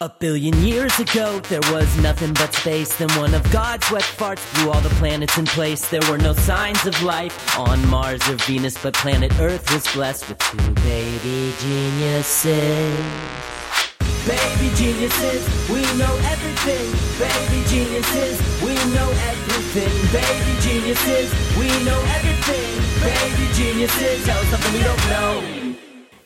A billion years ago, there was nothing but space. Then one of God's wet farts blew all the planets in place. There were no signs of life on Mars or Venus, but planet Earth was blessed with two baby geniuses. Baby geniuses, we know everything. Baby geniuses, we know everything. Baby geniuses, we know everything. Baby geniuses, tell us something we don't know.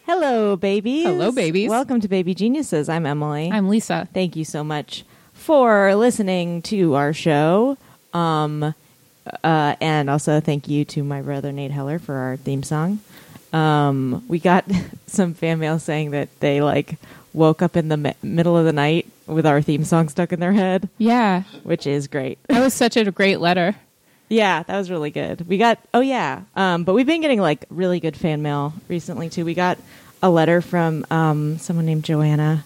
Hello, babies. Hello, babies. Welcome to Baby Geniuses. I'm Emily. I'm Lisa. Thank you so much for listening to our show. Um, uh, and also, thank you to my brother Nate Heller for our theme song. Um, we got some fan mail saying that they like woke up in the mi- middle of the night with our theme song stuck in their head, Yeah, which is great. that was such a great letter. Yeah, that was really good. We got oh yeah, um, but we've been getting like really good fan mail recently too. We got a letter from um, someone named Joanna,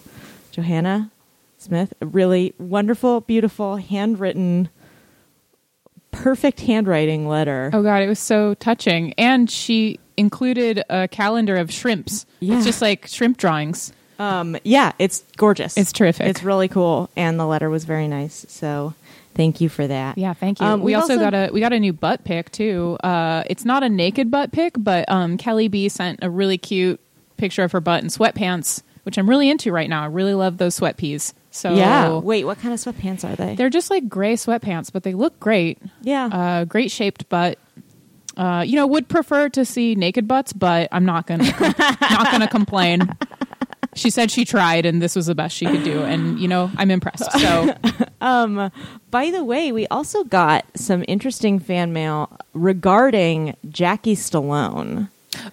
Johanna Smith. A really wonderful, beautiful, handwritten, perfect handwriting letter. Oh god, it was so touching. And she included a calendar of shrimps. Yeah. It's just like shrimp drawings. Um, yeah, it's gorgeous. It's terrific. It's really cool, and the letter was very nice. So thank you for that. Yeah, thank you. Um, we we've also, got a we got a new butt pic too. Uh, it's not a naked butt pic, but um, Kelly B sent a really cute picture of her butt in sweatpants, which I'm really into right now. I really love those sweat peas. So yeah. Wait, what kind of sweatpants are they? Oh. they're just like gray sweatpants, but they look great. yeah. uh, great shaped butt. Uh, you know, would prefer to see naked butts, but I'm not gonna not gonna complain. She said she tried, and this was the best she could do, and you know, I'm impressed. So By the way, we also got some interesting fan mail regarding Jackie Stallone.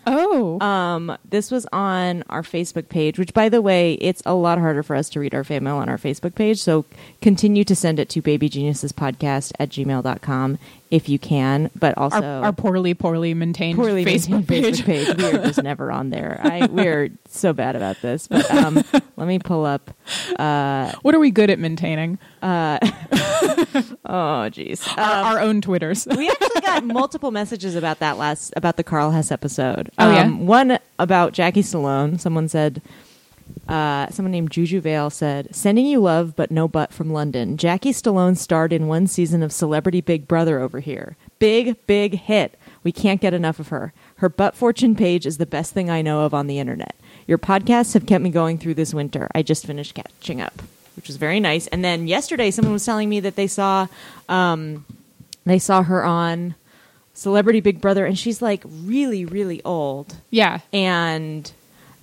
oh, Um, this was on our Facebook page, which, by the way, it's a lot harder for us to read our fan mail on our Facebook page. So continue to send it to babygeniusespodcast at gmail.com if you can. But also, our, our poorly poorly maintained poorly maintained Facebook page. Facebook page. We are just never on there. I, we are so bad about this. But um, let me pull up. What are we good at maintaining? Oh, jeez. our, our own Twitters. we actually got multiple messages about that last about the Carl Hess episode. Um, Oh, yeah? one about Jackie Stallone. Someone said, uh, someone named Juju Vale said, "Sending you love, but no butt from London." Jackie Stallone starred in one season of Celebrity Big Brother over here. Big big hit. We can't get enough of her. Her butt fortune page is the best thing I know of on the internet. Your podcasts have kept me going through this winter. I just finished catching up, which was very nice. And then yesterday, someone was telling me that they saw um, they saw her on Celebrity Big Brother, and she's like really, really old. yeah, And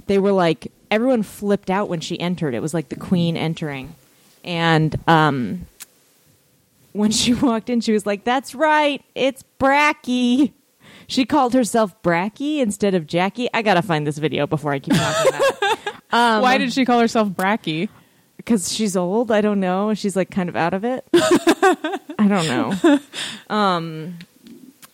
they were like, everyone flipped out when she entered. It was like the queen entering. And um, when she walked in, she was like, that's right, it's Bracky. She called herself Bracky instead of Jackie. I gotta find this video before I keep talking about it why did she call herself Bracky? because she's old. I don't know. She's like kind of out of it. I don't know. Um,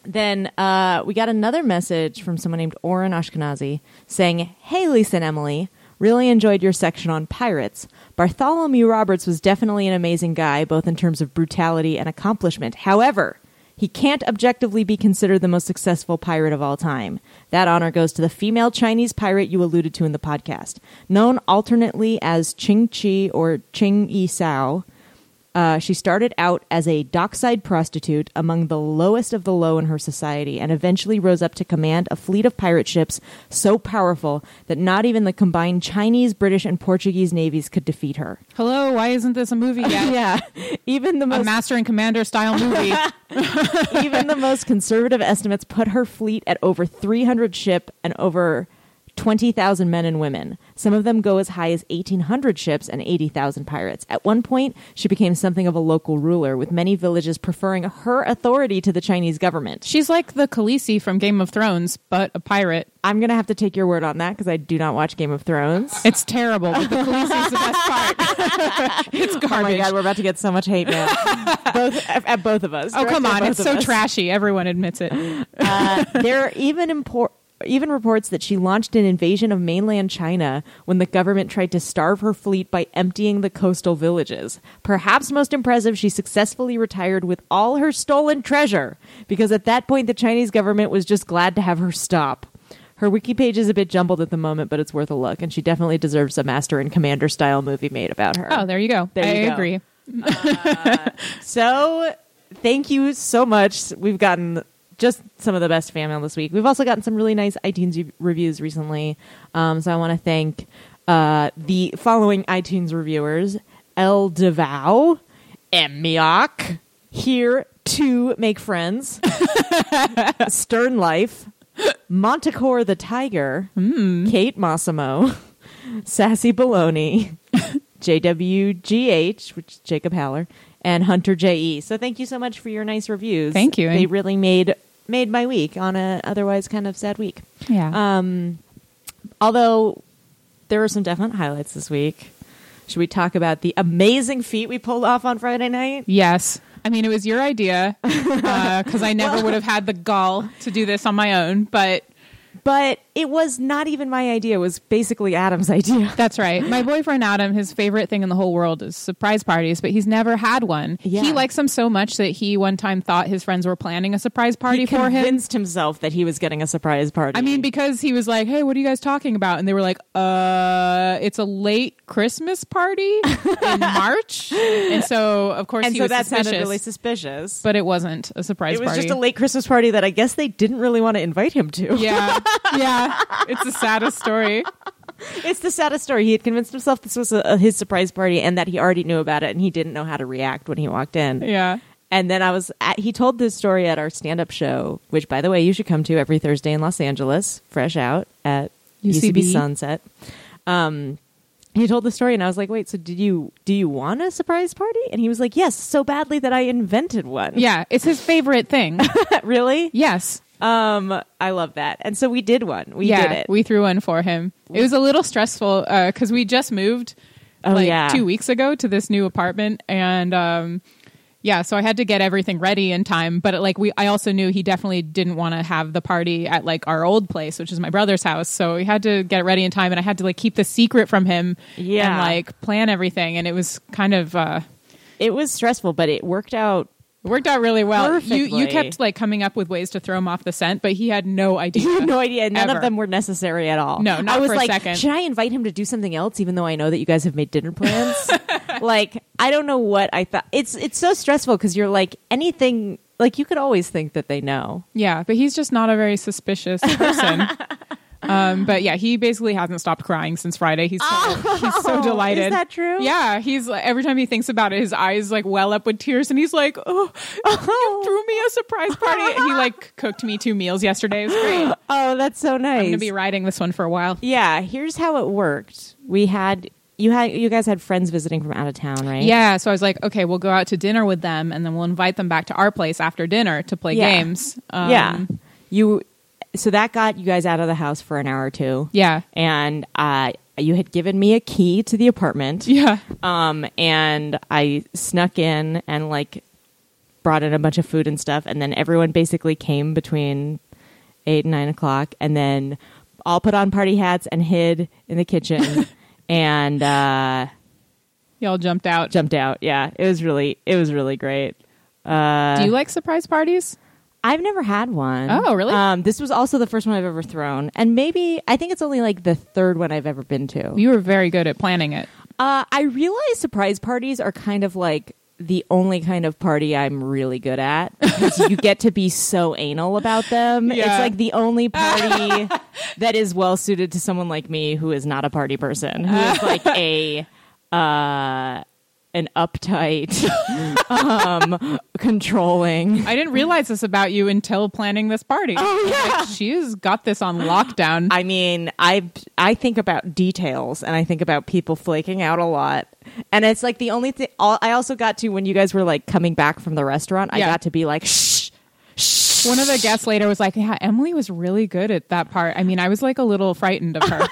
then uh, we got another message from someone named Oren Ashkenazi saying, "Hey, Lisa and Emily." Really enjoyed your section on pirates. Bartholomew Roberts was definitely an amazing guy, both in terms of brutality and accomplishment. However, he can't objectively be considered the most successful pirate of all time. That honor goes to the female Chinese pirate you alluded to in the podcast. Known alternately as Ching Chi or Ching Yi Sao, uh, she started out as a dockside prostitute among the lowest of the low in her society and eventually rose up to command a fleet of pirate ships so powerful that not even the combined Chinese, British, and Portuguese navies could defeat her. Hello, why isn't this a movie yet? Yeah, even the A most master and commander style movie. Even the most conservative estimates put her fleet at over 300 ship and over 20,000 men and women. Some of them go as high as 1,800 ships and 80,000 pirates. At one point, she became something of a local ruler, with many villages preferring her authority to the Chinese government. She's like the Khaleesi from Game of Thrones, but a pirate. I'm going to have to take your word on that because I do not watch Game of Thrones. It's terrible. But the Khaleesi is the best part. it's garbage. Oh Oh, my God, we're about to get so much hate mail. both, at, at both of us. Oh, come Directed at on, both it's of so us. trashy. Everyone admits it. there are even impor- even reports that she launched an invasion of mainland China when the government tried to starve her fleet by emptying the coastal villages. Perhaps most impressive, she successfully retired with all her stolen treasure because at that point the Chinese government was just glad to have her stop. Her wiki page is a bit jumbled at the moment, but it's worth a look, and she definitely deserves a Master and Commander style movie made about her. Oh, there you go. There I you go. agree. So, thank you so much. We've gotten just some of the best fan mail this week. We've also gotten some really nice iTunes re- reviews recently. Um, so, I want to thank uh, the following iTunes reviewers El Devau, Emmyock, Here to Make Friends, Stern Life, Montecore the Tiger, Hmm. Kate Massimo, Sassy Baloney. JWGH, which is Jacob Haller, and Hunter JE. So thank you so much for your nice reviews. Thank you. They really made made my week on a otherwise kind of sad week. Yeah. Um, although there were some definite highlights this week. Should we talk about the amazing feat we pulled off on Friday night? yes. I mean, it was your idea because I never would have had the gall to do this on my own, but But it was not even my idea. It was basically Adam's idea. That's right. My boyfriend Adam, his favorite thing in the whole world is surprise parties, but he's never had one. Yeah. He likes them so much that he one time thought his friends were planning a surprise party He for him. convinced himself that he was getting a surprise party. I mean, because he was like, "Hey, what are you guys talking about?" And they were like, "Uh, it's a late Christmas party in March." And so, of course, and he so was that suspicious, sounded really suspicious. but it wasn't a surprise it was party. just a late Christmas party that I guess they didn't really want to invite him to. yeah, yeah. It's the saddest story. It's the saddest story. He had convinced himself this was a, his surprise party and that he already knew about it and he didn't know how to react when he walked in. Yeah. And then I was at, he told this story at our stand up show, which by the way, you should come to every Thursday in Los Angeles, fresh out at UCB, UCB. Sunset. Um, he told the story and I was like, "Wait, so did you do you want a surprise party?" And he was like, "Yes, so badly that I invented one." Yeah, it's his favorite thing. really? Yes. Um, I love that. And so we did one. We yeah, did it. We threw one for him. It was a little stressful because we just moved Oh, like yeah. two weeks ago to this new apartment, and um, yeah, so I had to get everything ready in time. But like we, I also knew he definitely didn't want to have the party at like our old place, which is my brother's house. So we had to get it ready in time, and I had to like keep the secret from him. Yeah. and like plan everything, and it was kind of. Uh, It was stressful, but it worked out. it worked out really well. You Perfectly. you kept like coming up with ways to throw him off the scent, but he had no idea. You had no idea. None Ever. of them were necessary at all. No, not I was for a like, second. should I invite him to do something else, even though I know that you guys have made dinner plans? like, I don't know what I thought. It's it's so stressful because you're like anything. Like you could always think that they know. Yeah, but he's just not a very suspicious person. um, but yeah, he basically hasn't stopped crying since Friday. He's so, he's so delighted. Oh. Is that true? Yeah, he's like, every time he thinks about it, his eyes like well up with tears, and he's like, "Oh, you threw me a surprise party." he like cooked me two meals yesterday. It was great. I'm Oh, that's so nice. gonna be riding this one for a while. yeah. Here's how it worked. We had you had you guys had friends visiting from out of town, right? Yeah, so I was like, okay, we'll go out to dinner with them, and then we'll invite them back to our place after dinner to play Yeah. games. Um, yeah. You. So that got you guys out of the house for an hour or two. yeah, and uh, you had given me a key to the apartment. yeah. Um, and I snuck in and like brought in a bunch of food and stuff, and then everyone basically came between eight and nine o'clock, and then all put on party hats and hid in the kitchen. And uh, Y'all jumped out. jumped out. Yeah, it was really, it was really great. Do you like surprise parties? I've never had one. Oh, really? Um, this was also the first one I've ever thrown, and maybe I think it's only like the third one I've ever been to. You were very good at planning it. Uh, I realize surprise parties are kind of like the only kind of party I'm really good at because you get to be so anal about them. Yeah. It's like the only party that is well suited to someone like me who is not a party person, who is like a uh, an uptight, um, controlling. I didn't realize this about you until planning this party. Oh yeah, she's got this on lockdown. I mean, I I think about details and I think about people flaking out a lot. And it's like the only thing all, I also got to when you guys were like coming back from the restaurant, I Yeah. got to be like, shh, shh. One of the guests later was like, "Yeah, Emily was really good at that part." I mean, I was like a little frightened of her.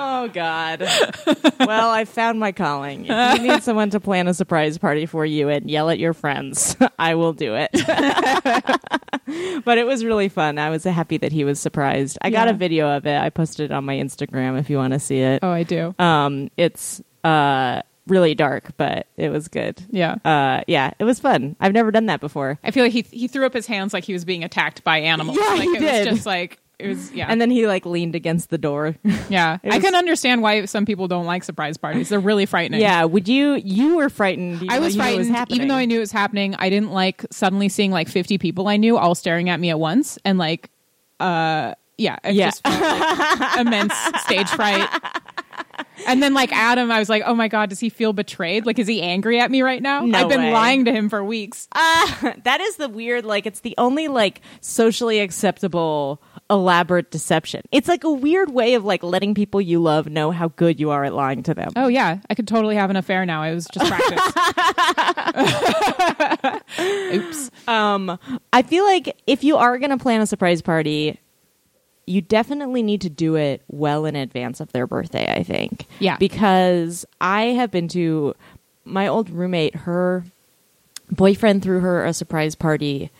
Oh God. well, I found my calling. If you need someone to plan a surprise party for you and yell at your friends, I will do it. but it was really fun. I was happy that he was surprised. I got Yeah. a video of it. I posted it on my Instagram if you want to see it. oh, I do. um it's uh really dark but it was good Yeah. uh yeah it was fun i've never done that before I feel like he he threw up his hands like he was being attacked by animals. Yeah, like he it did. was just like It was yeah. And then he like leaned against the door. yeah, I was- can understand why some people don't like surprise parties. They're really frightening. yeah. Would you? You were frightened. You I was you knew it frightened, happening. even though I knew it was happening. I didn't like suddenly seeing like 50 people I knew all staring at me at once, and like, uh, yeah, it Yeah. just felt like immense stage fright. And then like Adam, I was like, oh my god, does he feel betrayed? Like, is he angry at me right now? No I've been way. Uh lying to him for weeks. that is the weird. Like it's the only like socially acceptable elaborate deception. It's like a weird way of like letting people you love know how good you are at lying to them. oh yeah, I could totally have an affair now. I was just practice. Oops. I feel like if you are going to plan a surprise party, you definitely need to do it well in advance of their birthday, I think. Yeah. Because I have been to my old roommate, her boyfriend threw her a surprise party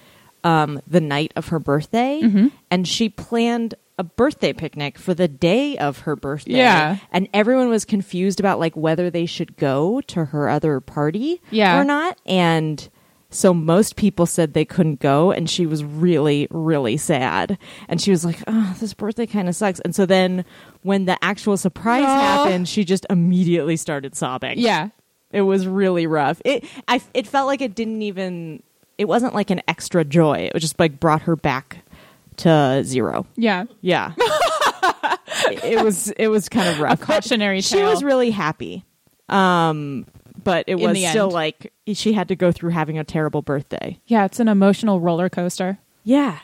um, the night of her birthday, Mm-hmm. and she planned a birthday picnic for the day of her birthday. Yeah. And everyone was confused about like whether they should go to her other party Yeah. or not. And so most people said they couldn't go, and she was really, really sad. And she was like, oh, this birthday kind of sucks. And so then when the actual surprise No. happened, she just immediately started sobbing. Yeah. It was really rough. It I it felt like it didn't even it wasn't like an extra joy. It was just like brought her back to zero. Yeah. Yeah. it, it was it was kind of rough. But Cautionary she tale. was really happy. Um but it was the still end. like she had to go through having a terrible birthday. yeah, it's an emotional roller coaster. Yeah.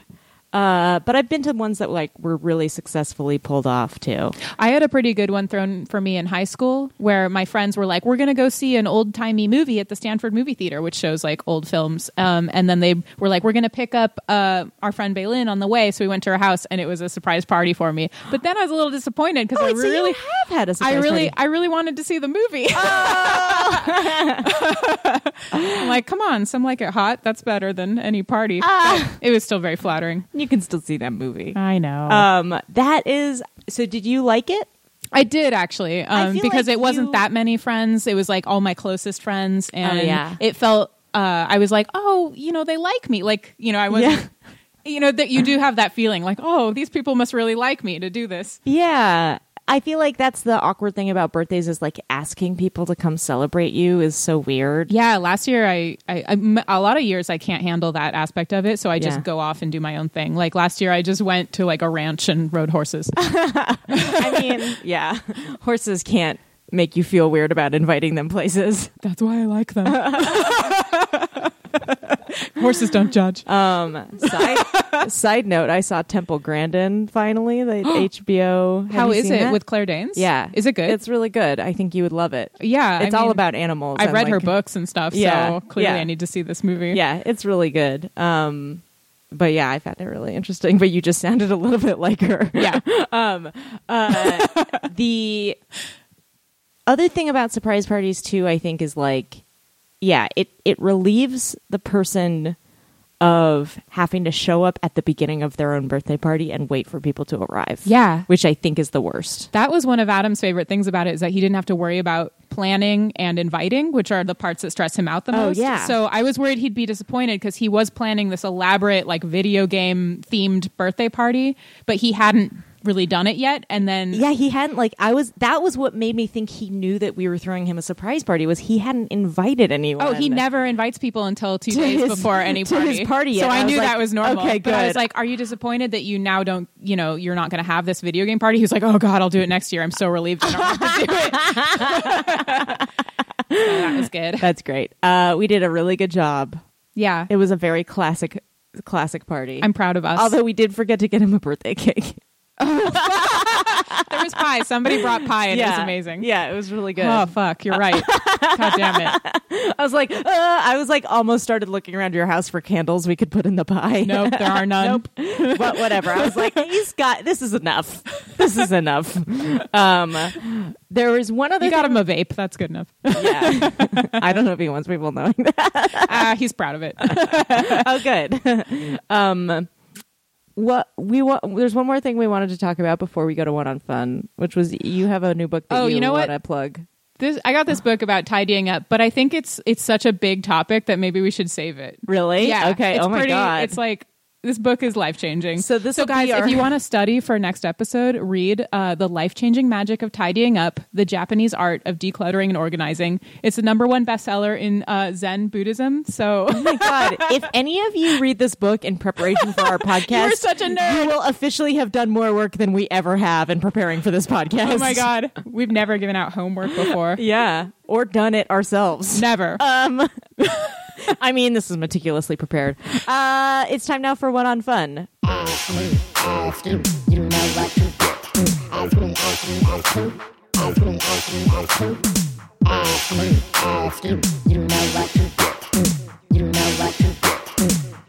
Uh, but I've been to ones that like were really successfully pulled off too. I had a pretty good one thrown for me in high school where my friends were like, we're going to go see an old timey movie at the Stanford Movie Theater, which shows like old films. Um, and then they were like, we're going to pick up uh, our friend Baylin on the way. So we went to her house and it was a surprise party for me. But then I was a little disappointed because I Oh, Wait, so you really. have had a I surprise really, party. Oh. I really wanted to see the movie. I'm like, come on, some like it hot. That's better than any party. Ah. But it was still very flattering. you can still see that movie. I know. Um, that is so. Did you like it? I did actually, um, feel because like it wasn't you- that many friends. It was like all my closest friends, and yeah. it felt. Uh, I was like, oh, you know, they like me. Like, you know, I wasn't. You know that you do have that feeling, like, oh, these people must really like me to do this. Yeah. I feel like that's the awkward thing about birthdays is like asking people to come celebrate you is so weird. Yeah, last year I, I, I m- a lot of years I can't handle that aspect of it, so I just Yeah. go off and do my own thing. Like last year, I just went to like a ranch and rode horses. I mean, yeah. Horses can't make you feel weird about inviting them places. That's why I like them. horses don't judge. Um side, side note, I saw Temple Grandin finally, the HBO. Have How you is it seen that? with Claire Danes? Yeah. is it good? It's really good. I think you would love it. Yeah, I It's all mean, about animals. I've and, read her like- books and stuff, Yeah, so clearly yeah. I need to see this movie. Yeah, it's really good. Um but yeah, I found it really interesting, but you just sounded a little bit like her. yeah, the other thing about surprise parties too i think is like yeah it it relieves the person of having to show up at the beginning of their own birthday party and wait for people to arrive Yeah. which i think is the worst that was one of Adam's favorite things about it is that he didn't have to worry about planning and inviting, which are the parts that stress him out the Oh, most. yeah. So I was worried he'd be disappointed because he was planning this elaborate, like video game themed birthday party, but he hadn't really done it yet. And then yeah he hadn't like i was that was what made me think he knew that we were throwing him a surprise party was he hadn't invited anyone Oh, he never invites people until two To days his- before any to party. his party, so and I, I was knew like, that was normal. okay, But I was good. like, "Are you disappointed that you now don't? You know, you're not going to have this video game party?" He was like, "Oh God, I'll do it next year. I'm so relieved I don't have to do it." So that was good. that's great uh we did a really good job yeah, it was a very classic classic party I'm proud of us. although we did forget to get him a birthday cake there was pie. Somebody brought pie, and it was amazing. yeah it was really good Oh fuck, you're right. God damn it. I was like, uh, I was like, almost started looking around your house for candles we could put in the pie. Nope, there are none. but whatever. I was like, he's got this is enough. This is enough. Um, there was one other. You got thing- him a vape. That's good enough. Yeah. I don't know if he wants people knowing that. Ah, he's proud of it. Oh, good. um, what we want? There's one more thing we wanted to talk about before we go to one on fun, which was you have a new book. That Oh, you know what? wanna Plug. This I got this book about tidying up, but I think it's it's such a big topic that maybe we should save it. Really? Yeah. Okay. It's oh my pretty- god. It's like this book is life changing. So this will guys, be our- if you want to study for next episode, read uh, the life changing magic of tidying up: the Japanese art of decluttering and organizing. It's the number one bestseller in uh, Zen Buddhism. So Oh my god! If any of you read this book in preparation for our podcast, You're such a nerd. You will officially have done more work than we ever have in preparing for this podcast. Oh my god, we've never given out homework before. Yeah, or done it ourselves. Never. Uh, I mean, this is meticulously prepared. Uh, it's time now for one on fun.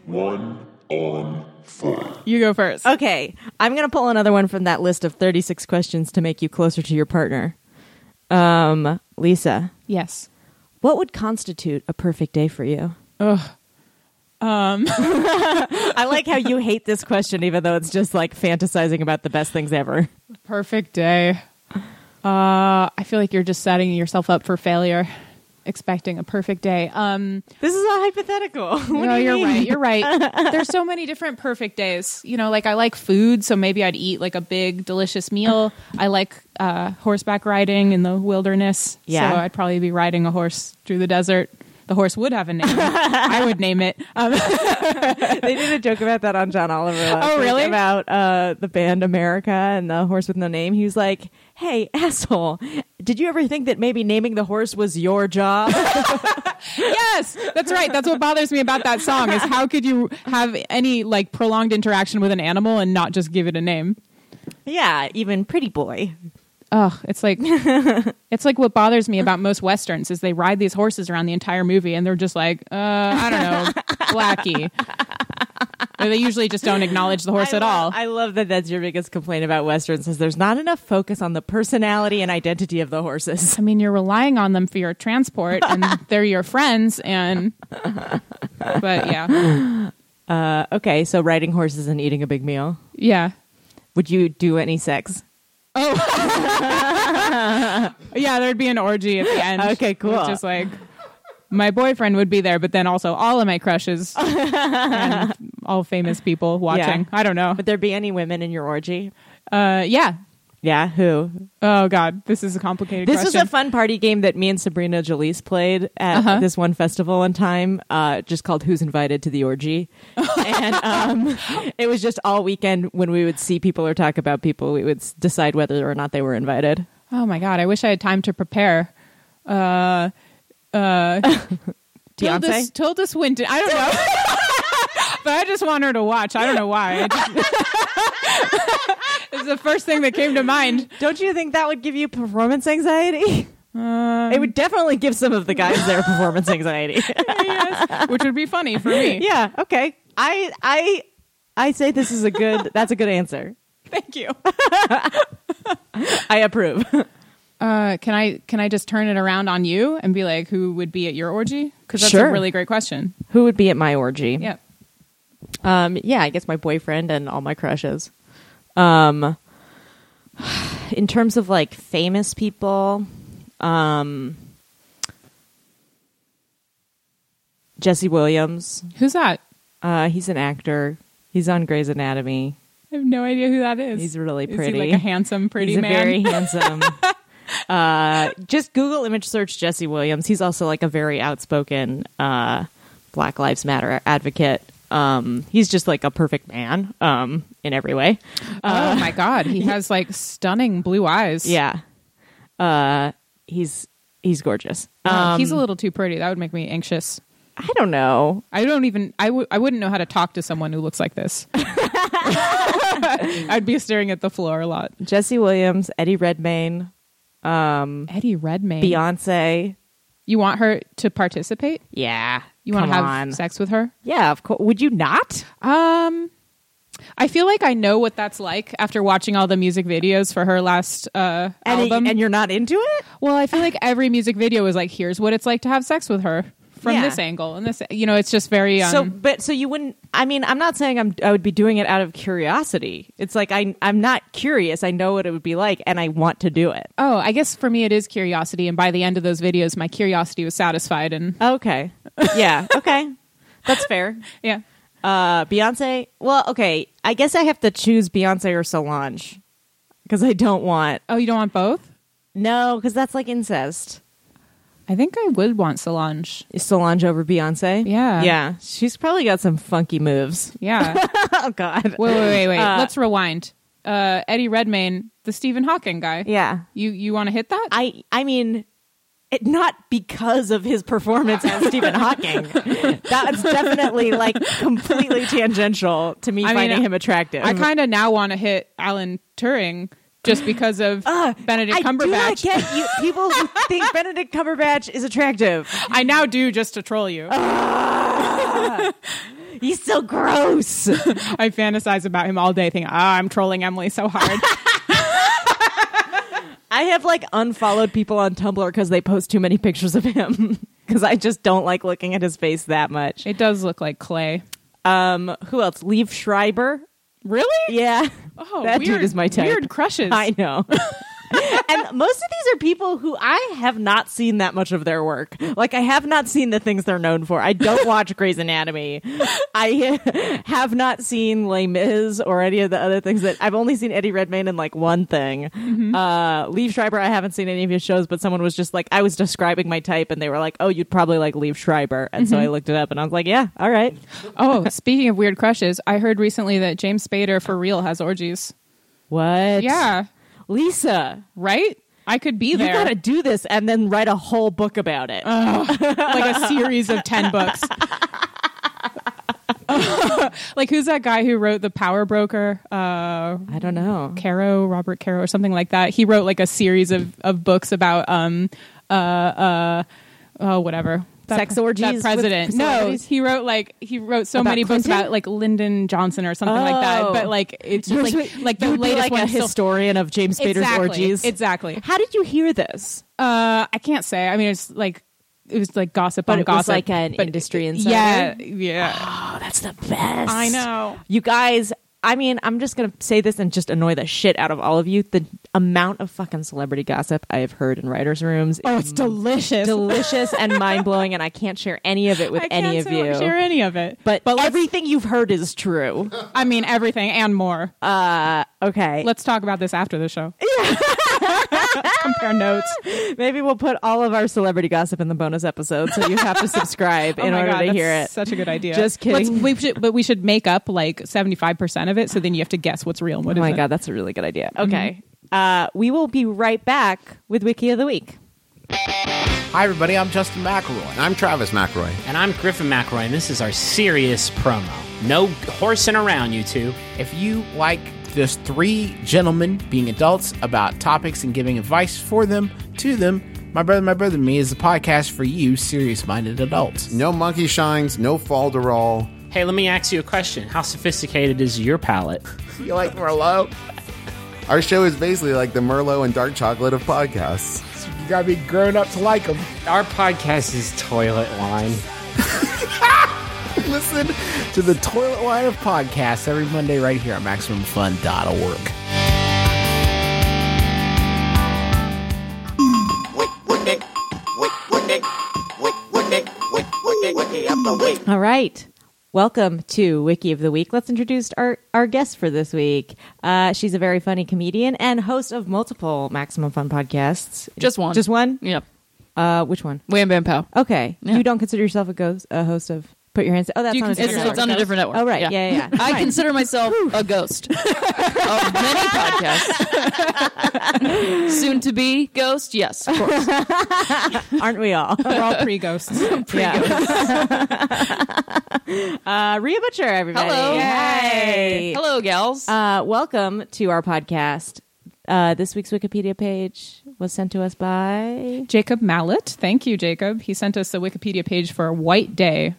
One on four. you go first. Okay, I'm gonna pull another one from that list of 36 questions to make you closer to your partner. Um, Lisa, Yes. what would constitute a perfect day for you? Ugh. Um. I like how you hate this question, even though it's just like fantasizing about the best things ever. Perfect day. Uh, I feel like you're just setting yourself up for failure, expecting a perfect day. Um, This is a hypothetical. What no, do you you're mean? right. You're right. There's so many different perfect days. You know, like I like food, so maybe I'd eat like a big, delicious meal. I like uh, horseback riding in the wilderness. Yeah. So I'd probably be riding a horse through the desert. The horse would have a name. I would name it. Um, they did a joke about that on John Oliver. last Oh, week really? About uh, the band America and the horse with no name. He was like, "Hey, asshole, did you ever think that maybe naming the horse was your job?" yes, that's right. That's what bothers me about that song is how could you have any like prolonged interaction with an animal and not just give it a name? yeah, even pretty boy. Ugh, it's like it's like what bothers me about most westerns is they ride these horses around the entire movie and they're just like, uh, I don't know, Blackie. Or they usually just don't acknowledge the horse I at lo- all. I love that. That's your biggest complaint about westerns is there's not enough focus on the personality and identity of the horses. I mean, you're relying on them for your transport, and they're your friends, and but yeah, Uh, okay, so riding horses and eating a big meal. yeah, Would you do any sex? yeah. There'd be an orgy at the end. Okay, cool. It's Just like my boyfriend would be there, but then also all of my crushes, and all famous people watching. I don't know. Would there be any women in your orgy? Uh, yeah, Yeah, who? Oh God, this is a complicated. This was a question. fun party game that me and Sabrina Jalise played at this one festival one time, uh, just called "Who's Invited to the Orgy," and um, it was just all weekend when we would see people or talk about people, we would s- decide whether or not they were invited. oh my God, I wish I had time to prepare. Uh, uh, Tilda, Beyonce? Tilda Swinton. I don't know, but I just want her to watch. I don't know why. I just- it's the first thing that came to mind. Don't you think that would give you performance anxiety? it would definitely give some of the guys their performance anxiety. Yes, which would be funny for me. yeah. Okay. I I I say this is a good. That's a good answer. Thank you. I approve. Uh, can I can I just turn it around on you and be like, who would be at your orgy? Because that's Sure. a really great question. Who would be at my orgy? Yeah. Um, yeah, I guess my boyfriend and all my crushes. Um, in terms of like famous people, um, Jesse Williams. Who's that? Uh, he's an actor. He's on Grey's Anatomy. I have no idea who that is. He's really Is he pretty. like a handsome, pretty he's a man. very handsome. uh, just Google image search Jesse Williams. He's also like a very outspoken uh, Black Lives Matter advocate. Um, he's just like a perfect man um, in every way. oh my god, he has like stunning blue eyes. uh, Yeah. Uh he's he's gorgeous. Wow, Um Uh, he's a little too pretty. That would make me anxious. I don't know. I don't even. I would. I wouldn't know how to talk to someone who looks like this. I'd be staring at the floor a lot. Jesse Williams, Eddie Redmayne, Mm-hmm. Eddie Redmayne. Beyonce. You want her to participate? Yeah. You want come to have on. sex with her? Yeah, of course. Would you not? Um, I feel like I know what that's like after watching all the music videos for her last uh, And, album. and you're not into it? Well, I feel like every music video is like, here's what it's like to have sex with her from Yeah. this angle and this. You know, it's just very. Um, so but so you wouldn't I mean, I'm not saying I'm I would be doing it out of curiosity. It's like I I'm not curious. I know what it would be like and I want to do it. Oh, I guess for me it is curiosity, and by the end of those videos, my curiosity was satisfied, and Okay. Yeah, okay. That's fair. yeah, Uh, Beyonce. Well, okay. I guess I have to choose Beyonce or Solange because I don't want Oh, you don't want both? no, because that's like incest. I think I would want Solange. Is Solange over Beyonce? Yeah. yeah. She's probably got some funky moves. Yeah. Oh God. wait, wait, wait, wait. Uh, Let's rewind. Uh, Eddie Redmayne, the Stephen Hawking guy. Yeah. You you want to hit that? I I mean, it, not because of his performance as Stephen Hawking. That's definitely like completely tangential to me I mean, finding him attractive. I kind of now want to hit Alan Turing just because of Benedict Uh, I do not Cumberbatch. get you, people who think Benedict Cumberbatch is attractive. I now do just to troll you. Uh. He's so gross. I fantasize about him all day, thinking, "Ah, I'm trolling Emily so hard." I have like unfollowed people on Tumblr because they post too many pictures of him. Because I just don't like looking at his face that much. it does look like clay. Um, who else? Leave Schreiber. Really? Yeah. Oh, that weird, dude is my type. Weird crushes. I know. and most of these are people who I have not seen that much of their work. Like I have not seen the things they're known for. I don't watch Grey's Anatomy. I have not seen Les Mis or any of the other things that I've only seen Eddie Redmayne in like one thing. Uh, Leave Schreiber. I haven't seen any of his shows, but someone was just like I was describing my type, and they were like, "Oh, you'd probably like Leave Schreiber," and so I looked it up, and I was like, "Yeah, all right." oh, speaking of weird crushes, I heard recently that James Spader for real has orgies. What? Yeah, Lisa, right? I could be you there. gotta do this, and then write a whole book about it. like a series of 10 books. like who's that guy who wrote The Power Broker? Uh I don't know. Caro, Robert Caro or something like that. He wrote like a series of of books about um uh uh oh whatever. That- Sex orgies That with president. No, celebrities? he wrote like he wrote so About many books Clinton? about like Lyndon Johnson or something like that. Oh. But like it's just Yours like would- like you the would be latest like one a is still historian of James Spader's exactly, orgies. Exactly. How did you hear this? Uh, I can't say. I mean, it's like it was like gossip on it was gossip, like an industry insider? Yeah, yeah. Oh, that's the best. I know. You guys, I mean, I'm just going to say this and just annoy the shit out of all of you. The amount of fucking celebrity gossip I have heard in writers' rooms Oh, is it's delicious. delicious and mind blowing, and I can't share any of it with I any can't of you. share any of it, But, but let's- everything you've heard is true. I mean everything and more. Okay. Let's talk about this after the show. Compare notes. Maybe we'll put all of our celebrity gossip in the bonus episode, so you have to subscribe oh in my order God, to that's hear it. Such a good idea. Just Let's- kidding. we should, but we should make up like seventy five percent of it, so then you have to guess what's real and what Oh my isn't. god, that's a really good idea. Okay. Uh, we will be right back with Wiki of the Week. Hi, everybody. I'm Justin McElroy. I'm Travis McRoy. And I'm Griffin McRoy, and this is our serious promo. No horsing around, you two. If you like this three gentlemen being adults about topics and giving advice for them, to them, My Brother, My Brother, Me is the podcast for you, serious minded adults. No monkey shines, no falderall. Hey, let me ask you a question. How sophisticated is your palate? You like Merlot? Our show is basically like the Merlot and dark chocolate of podcasts. You gotta be grown up to like them. Our podcast is Toilet Line. Listen to the Toilet Line of Podcasts every Monday right here at MaximumFun.org. All right. Welcome to Wiki of the Week. Let's introduce our, our guest for this week. Uh, she's a very funny comedian and host of multiple Maximum Fun podcasts. Just one. Just one? Yep. Uh, which one? Wham Bam Pow. Okay. Yeah. You don't consider yourself a, ghost, a host of Put Your Hands Oh, that's Do you on a consider different yourself- network. it's on a different network. Oh, right. Yeah, yeah, yeah. I consider myself a ghost of many podcasts. Soon to be ghost, yes, of course. Aren't we all? We're all pre ghosts. yeah. uh, Rhea Butcher, everybody. Hello. Yay. Hello, gals. Uh, welcome to our podcast. Uh, this week's Wikipedia page was sent to us by. Jacob Mallet. Thank you, Jacob. He sent us a Wikipedia page for White Day.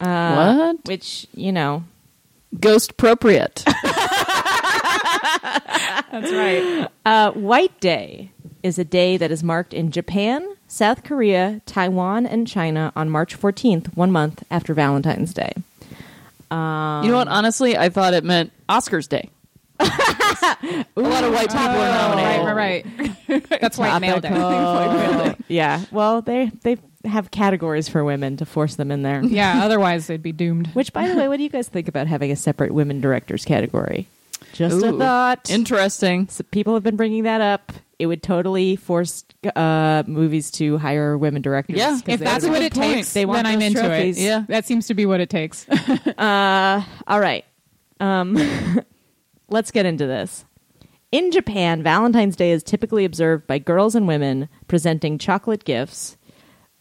what? Which, you know. Ghost appropriate. That's right. Uh, White Day is a day that is marked in Japan, South Korea, Taiwan, and China on March 14th, one month after Valentine's Day. you know what? Honestly, I thought it meant Oscars Day. Oh, a lot of white people are Oh. nominated. Right, right, right. That's White Male Day. Yeah. Well, they they have categories for women to force them in there. Yeah, otherwise they'd be doomed. Which, by the way, what do you guys think about having a separate women directors category? Just a Ooh. thought. Interesting. So people have been bringing that up. It would totally force uh, movies to hire women directors. Yeah, 'cause If they that's would- what good it point. takes, They want then I'm those into trophies. it. Yeah. that seems to be what it takes. all right, um, let's get into this. In Japan, Valentine's Day is typically observed by girls and women presenting chocolate gifts,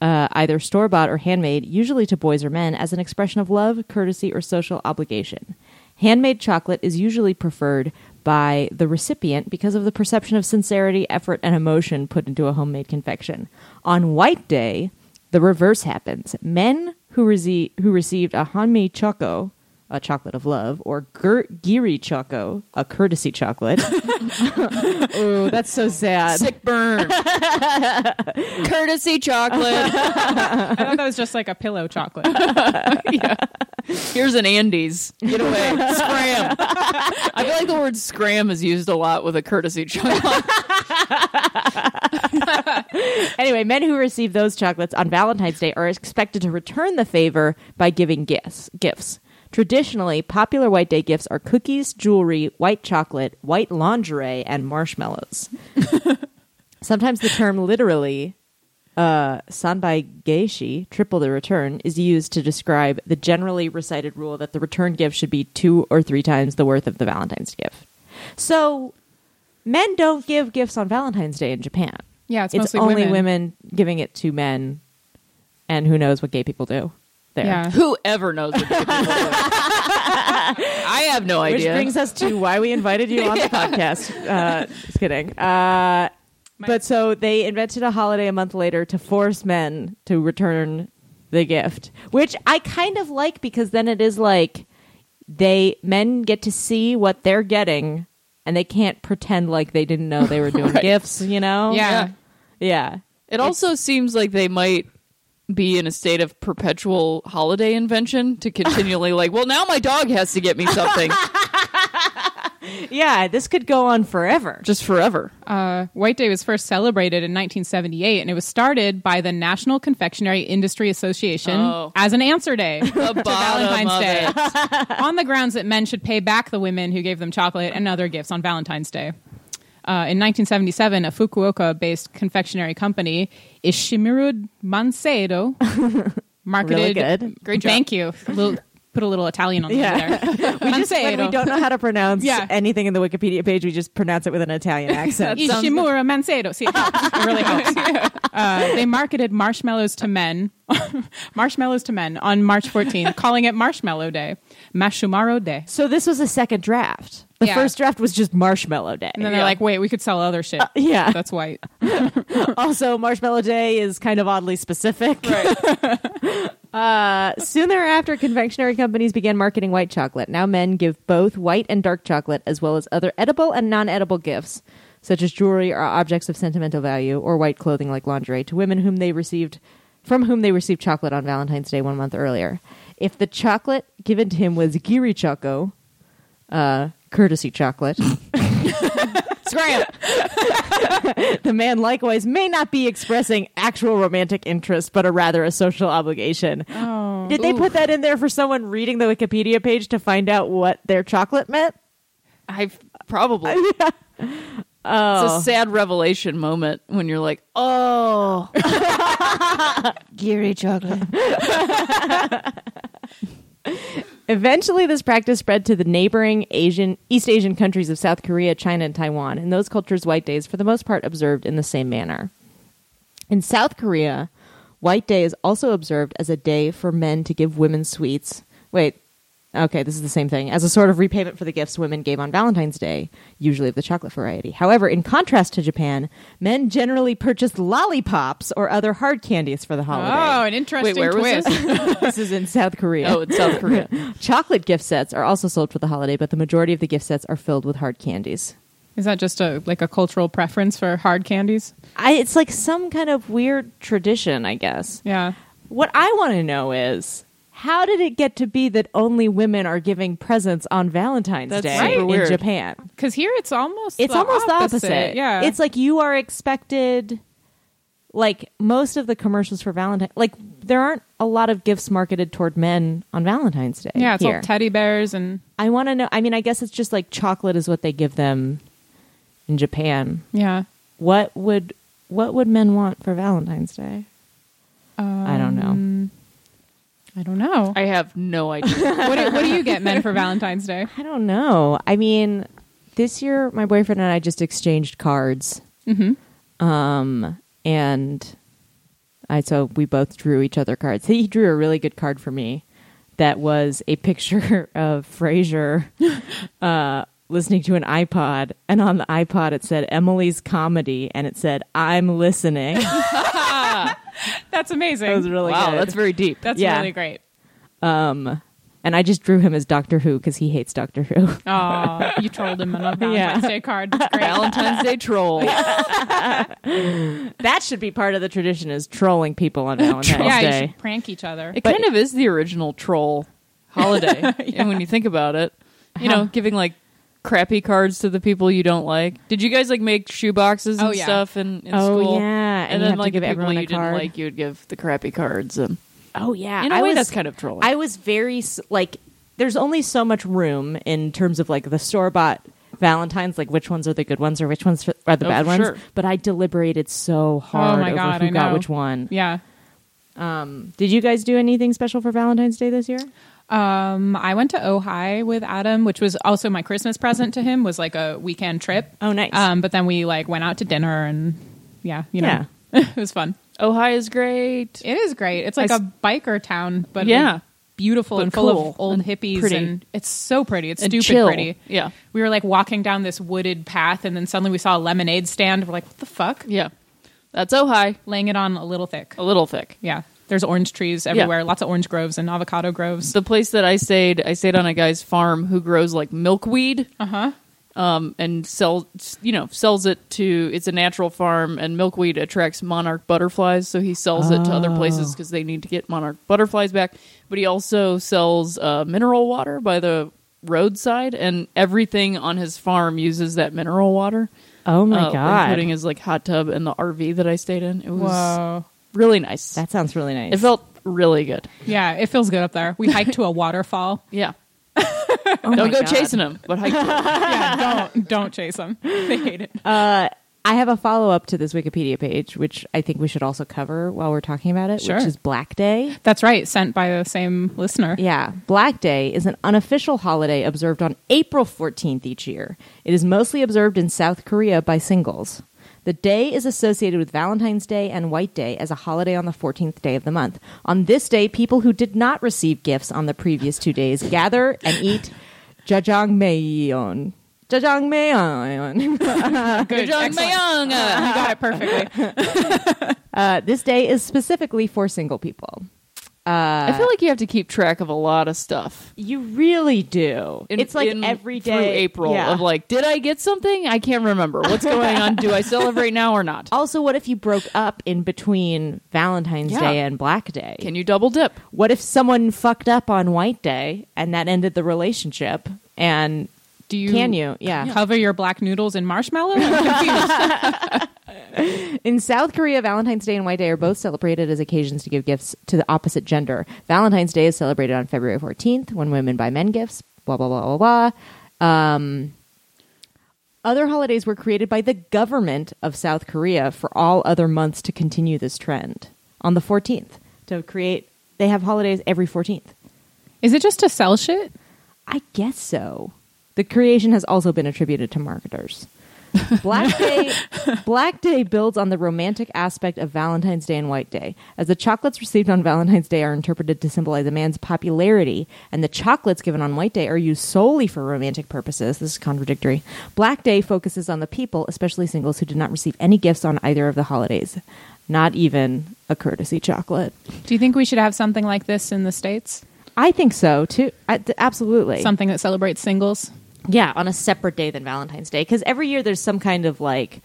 uh, either store bought or handmade, usually to boys or men, as an expression of love, courtesy, or social obligation. Handmade chocolate is usually preferred by the recipient because of the perception of sincerity, effort, and emotion put into a homemade confection. On White Day, the reverse happens. Men who, rece- who received a hanmi choco, a chocolate of love, or gir- giri choco, a courtesy chocolate, Oh, that's so sad. Sick burn. Courtesy chocolate. I thought that was just like a pillow chocolate. Here's an Andes. Get away. Scram. I feel like the word scram is used a lot with a courtesy chocolate. Anyway, men who receive those chocolates on Valentine's Day are expected to return the favor by giving gifts. Gifts. Traditionally, popular White Day gifts are cookies, jewelry, white chocolate, white lingerie, and marshmallows. Sometimes the term literally uh, sanbai geishi, triple the return, is used to describe the generally recited rule that the return gift should be two or three times the worth of the Valentine's gift. So, men don't give gifts on Valentine's Day in Japan. Yeah, it's mostly only women. giving it to men, and who knows what gay people do there. Yeah. Whoever knows what gay people are. I have no Which idea. brings us to why we invited you on the podcast. Uh, just kidding. Uh, but so they invented a holiday a month later to force men to return the gift, which I kind of like because then it is like they men get to see what they're getting and they can't pretend like they didn't know they were doing gifts, you know? Yeah. Yeah. It also seems like they might be in a state of perpetual holiday invention to continually like, well, now my dog has to get me something Yeah, this could go on forever. just forever. Uh, White Day was first celebrated in 1978, and it was started by the National Confectionery Industry Association Oh. as an answer day The to bottom of Valentine's it. Day, on the grounds that men should pay back the women who gave them chocolate and other gifts on Valentine's Day. Uh, in 1977, a Fukuoka-based confectionery company, Ishimurud Mansedo, marketed. Really good. Great job. Thank you. Little- put a little Italian on the Yeah. end there. we just when we don't know how to pronounce Yeah. anything in the Wikipedia page, we just pronounce it with an Italian accent. That sounds- Ishimura Mancedo. See, it, helps. It really helps. Uh, they marketed marshmallows to men, marshmallows to men on March 14th, calling it Marshmallow Day, Mashumaro Day. so this was a second draft. The Yeah. first draft was just Marshmallow Day. And then they're like, wait, we could sell other shit. yeah. That's white. also, Marshmallow Day is kind of oddly specific. uh, soon thereafter, confectionery companies began marketing white chocolate. Now men give both white and dark chocolate, as well as other edible and non edible gifts, such as jewelry or objects of sentimental value, or white clothing like lingerie, to women whom they received from whom they received chocolate on Valentine's Day one month earlier. If the chocolate given to him was giri choco, uh, courtesy chocolate. Scram! the man likewise may not be expressing actual romantic interest, but a rather a social obligation. Did they put that in there for someone reading the Wikipedia page to find out what their chocolate meant? I've probably. Oh. It's a sad revelation moment when you're like, oh, Geary chocolate. Eventually, this practice spread to the neighboring Asian, East Asian countries of South Korea, China, and Taiwan. In those cultures, White Day is for the most part observed in the same manner. In South Korea, White Day is also observed as a day for men to give women sweets. Wait, okay, this is the same thing. As a sort of repayment for the gifts women gave on Valentine's Day, usually of the chocolate variety. However, in contrast to Japan, men generally purchased lollipops or other hard candies for the Oh, holiday. an interesting where was twist. this is in South Korea. oh, it's South Korea. Chocolate gift sets are also sold for the holiday, but the majority of the gift sets are filled with hard candies. Is that just a like a cultural preference for hard candies? I, it's like some kind of weird tradition, I guess. Yeah. What I want to know is how did it get to be that only women are giving presents on Valentine's That's Day super in weird. Japan? Because here it's almost It's the almost opposite. the opposite. Yeah. It's like you are expected like most of the commercials for Valentine, like there aren't a lot of gifts marketed toward men on Valentine's Day. Yeah, it's here. all teddy bears and I want to know. I mean, I guess it's just like chocolate is what they give them in Japan. yeah. What would what would men want for Valentine's Day? I don't know. I don't know. I have no idea. what, do, what do you get men for Valentine's Day? I don't know. I mean, this year my boyfriend and I just exchanged cards. Mm-hmm. Um, and I so we both drew each other cards. He drew a really good card for me that was a picture of Frasier uh, listening to an iPod, and on the iPod it said Emily's comedy, and it said I'm listening. that That's amazing. was really wow, good. that's very deep. That's yeah. really great. and I just drew him as Doctor Who because he hates Doctor Who. Oh, you trolled him on a Valentine's Day card. That's great. Valentine's Day troll. that should be part of the tradition is trolling people on Valentine's yeah, Day. you should prank each other. It kind of is the original troll holiday. And when you think about it, you know, giving like crappy cards to the people you don't like. Did you guys like make shoeboxes and Oh, yeah. stuff in, in Oh, school? yeah. And you have And, then to like give the people everyone a you didn't card. like, you would give the crappy cards. And Oh yeah, In a I way, was, that's kind of trolling. I was very s- like, there's only so much room in terms of like the store bought Valentines, like which ones are the good ones or which ones are the Oh, bad for ones. sure. But I deliberated so hard Oh my over God, who I got know. which one. yeah. Did you guys do anything special for Valentine's Day this year? Um, I went to Ojai with Adam, which was also my Christmas present to him. Was like a weekend trip. Oh, nice. Um, but then we like went out to dinner and yeah, you know, it was fun. Ohio is great. It is great. It's like I a s- biker town, but Yeah. like, beautiful But and full cool of old and hippies, pretty. and it's so pretty. It's And stupid chill. pretty. Yeah. we were like walking down this wooded path, and then suddenly we saw a lemonade stand. We're like, what the fuck? Yeah. That's Ohio. Laying it on a little thick. A little thick. Yeah, there's orange trees everywhere. Lots of orange groves and avocado groves. The place that I stayed, I stayed on a guy's farm who grows like milkweed. Uh Uh-huh. huh. um, and sells you know sells it to it's a natural farm and milkweed attracts monarch butterflies so he sells it to other Oh. places because they need to get monarch butterflies back but he also sells uh, mineral water by the roadside and everything on his farm uses that mineral water Oh my uh, god, including his like hot tub and the rv that i stayed in it was Whoa. really nice that sounds really nice. it felt really good Yeah, it feels good up there. We hiked to a waterfall. yeah Oh don't my go God. chasing him but hike to it. yeah, don't don't chase them. They hate it. I have a follow up to this Wikipedia page, which I think we should also cover while we're talking about it, Sure. which is Black Day. That's right. Sent by the same listener. Yeah, Black Day is an unofficial holiday observed on April 14th each year. It is mostly observed in South Korea by singles. The day is associated with Valentine's Day and White Day as a holiday on the 14th day of the month. On this day, people who did not receive gifts on the previous two days gather and eat jajangmyeon. Jajangmyeon. Good. Jung excellent. Myung, uh, You got it perfectly. Uh, this day is specifically for single people. i feel like you have to keep track of a lot of stuff You really do. in- it's like in- every day through April Yeah. of like, did I get something? I can't remember. What's going on? Do I celebrate now or not? Also, what if you broke up in between Valentine's Yeah. Day and Black Day? Can you double dip? what if someone fucked up on White Day and that ended the relationship? And Do you can you? Yeah. cover your black noodles in marshmallow? I'm confused. In South Korea, Valentine's Day and White Day are both celebrated as occasions to give gifts to the opposite gender. Valentine's Day is celebrated on February 14th when women buy men gifts, blah, blah, blah, blah, blah. Um, other holidays were created by the government of South Korea for all other months to continue this trend on the 14th to create, they have holidays every 14th. Is it just to sell shit? I guess so. The creation has also been attributed to marketers. Black Day Black Day builds on the romantic aspect of Valentine's Day and White Day, as the chocolates received on Valentine's Day are interpreted to symbolize a man's popularity, and the chocolates given on White Day are used solely for romantic purposes. This is contradictory. Black Day focuses on the people, especially singles who did not receive any gifts on either of the holidays, not even a courtesy chocolate. Do you think we should have something like this in the states? I think so too. I, absolutely. Something that celebrates singles? Yeah, on a separate day than Valentine's Day. Because every year there's some kind of like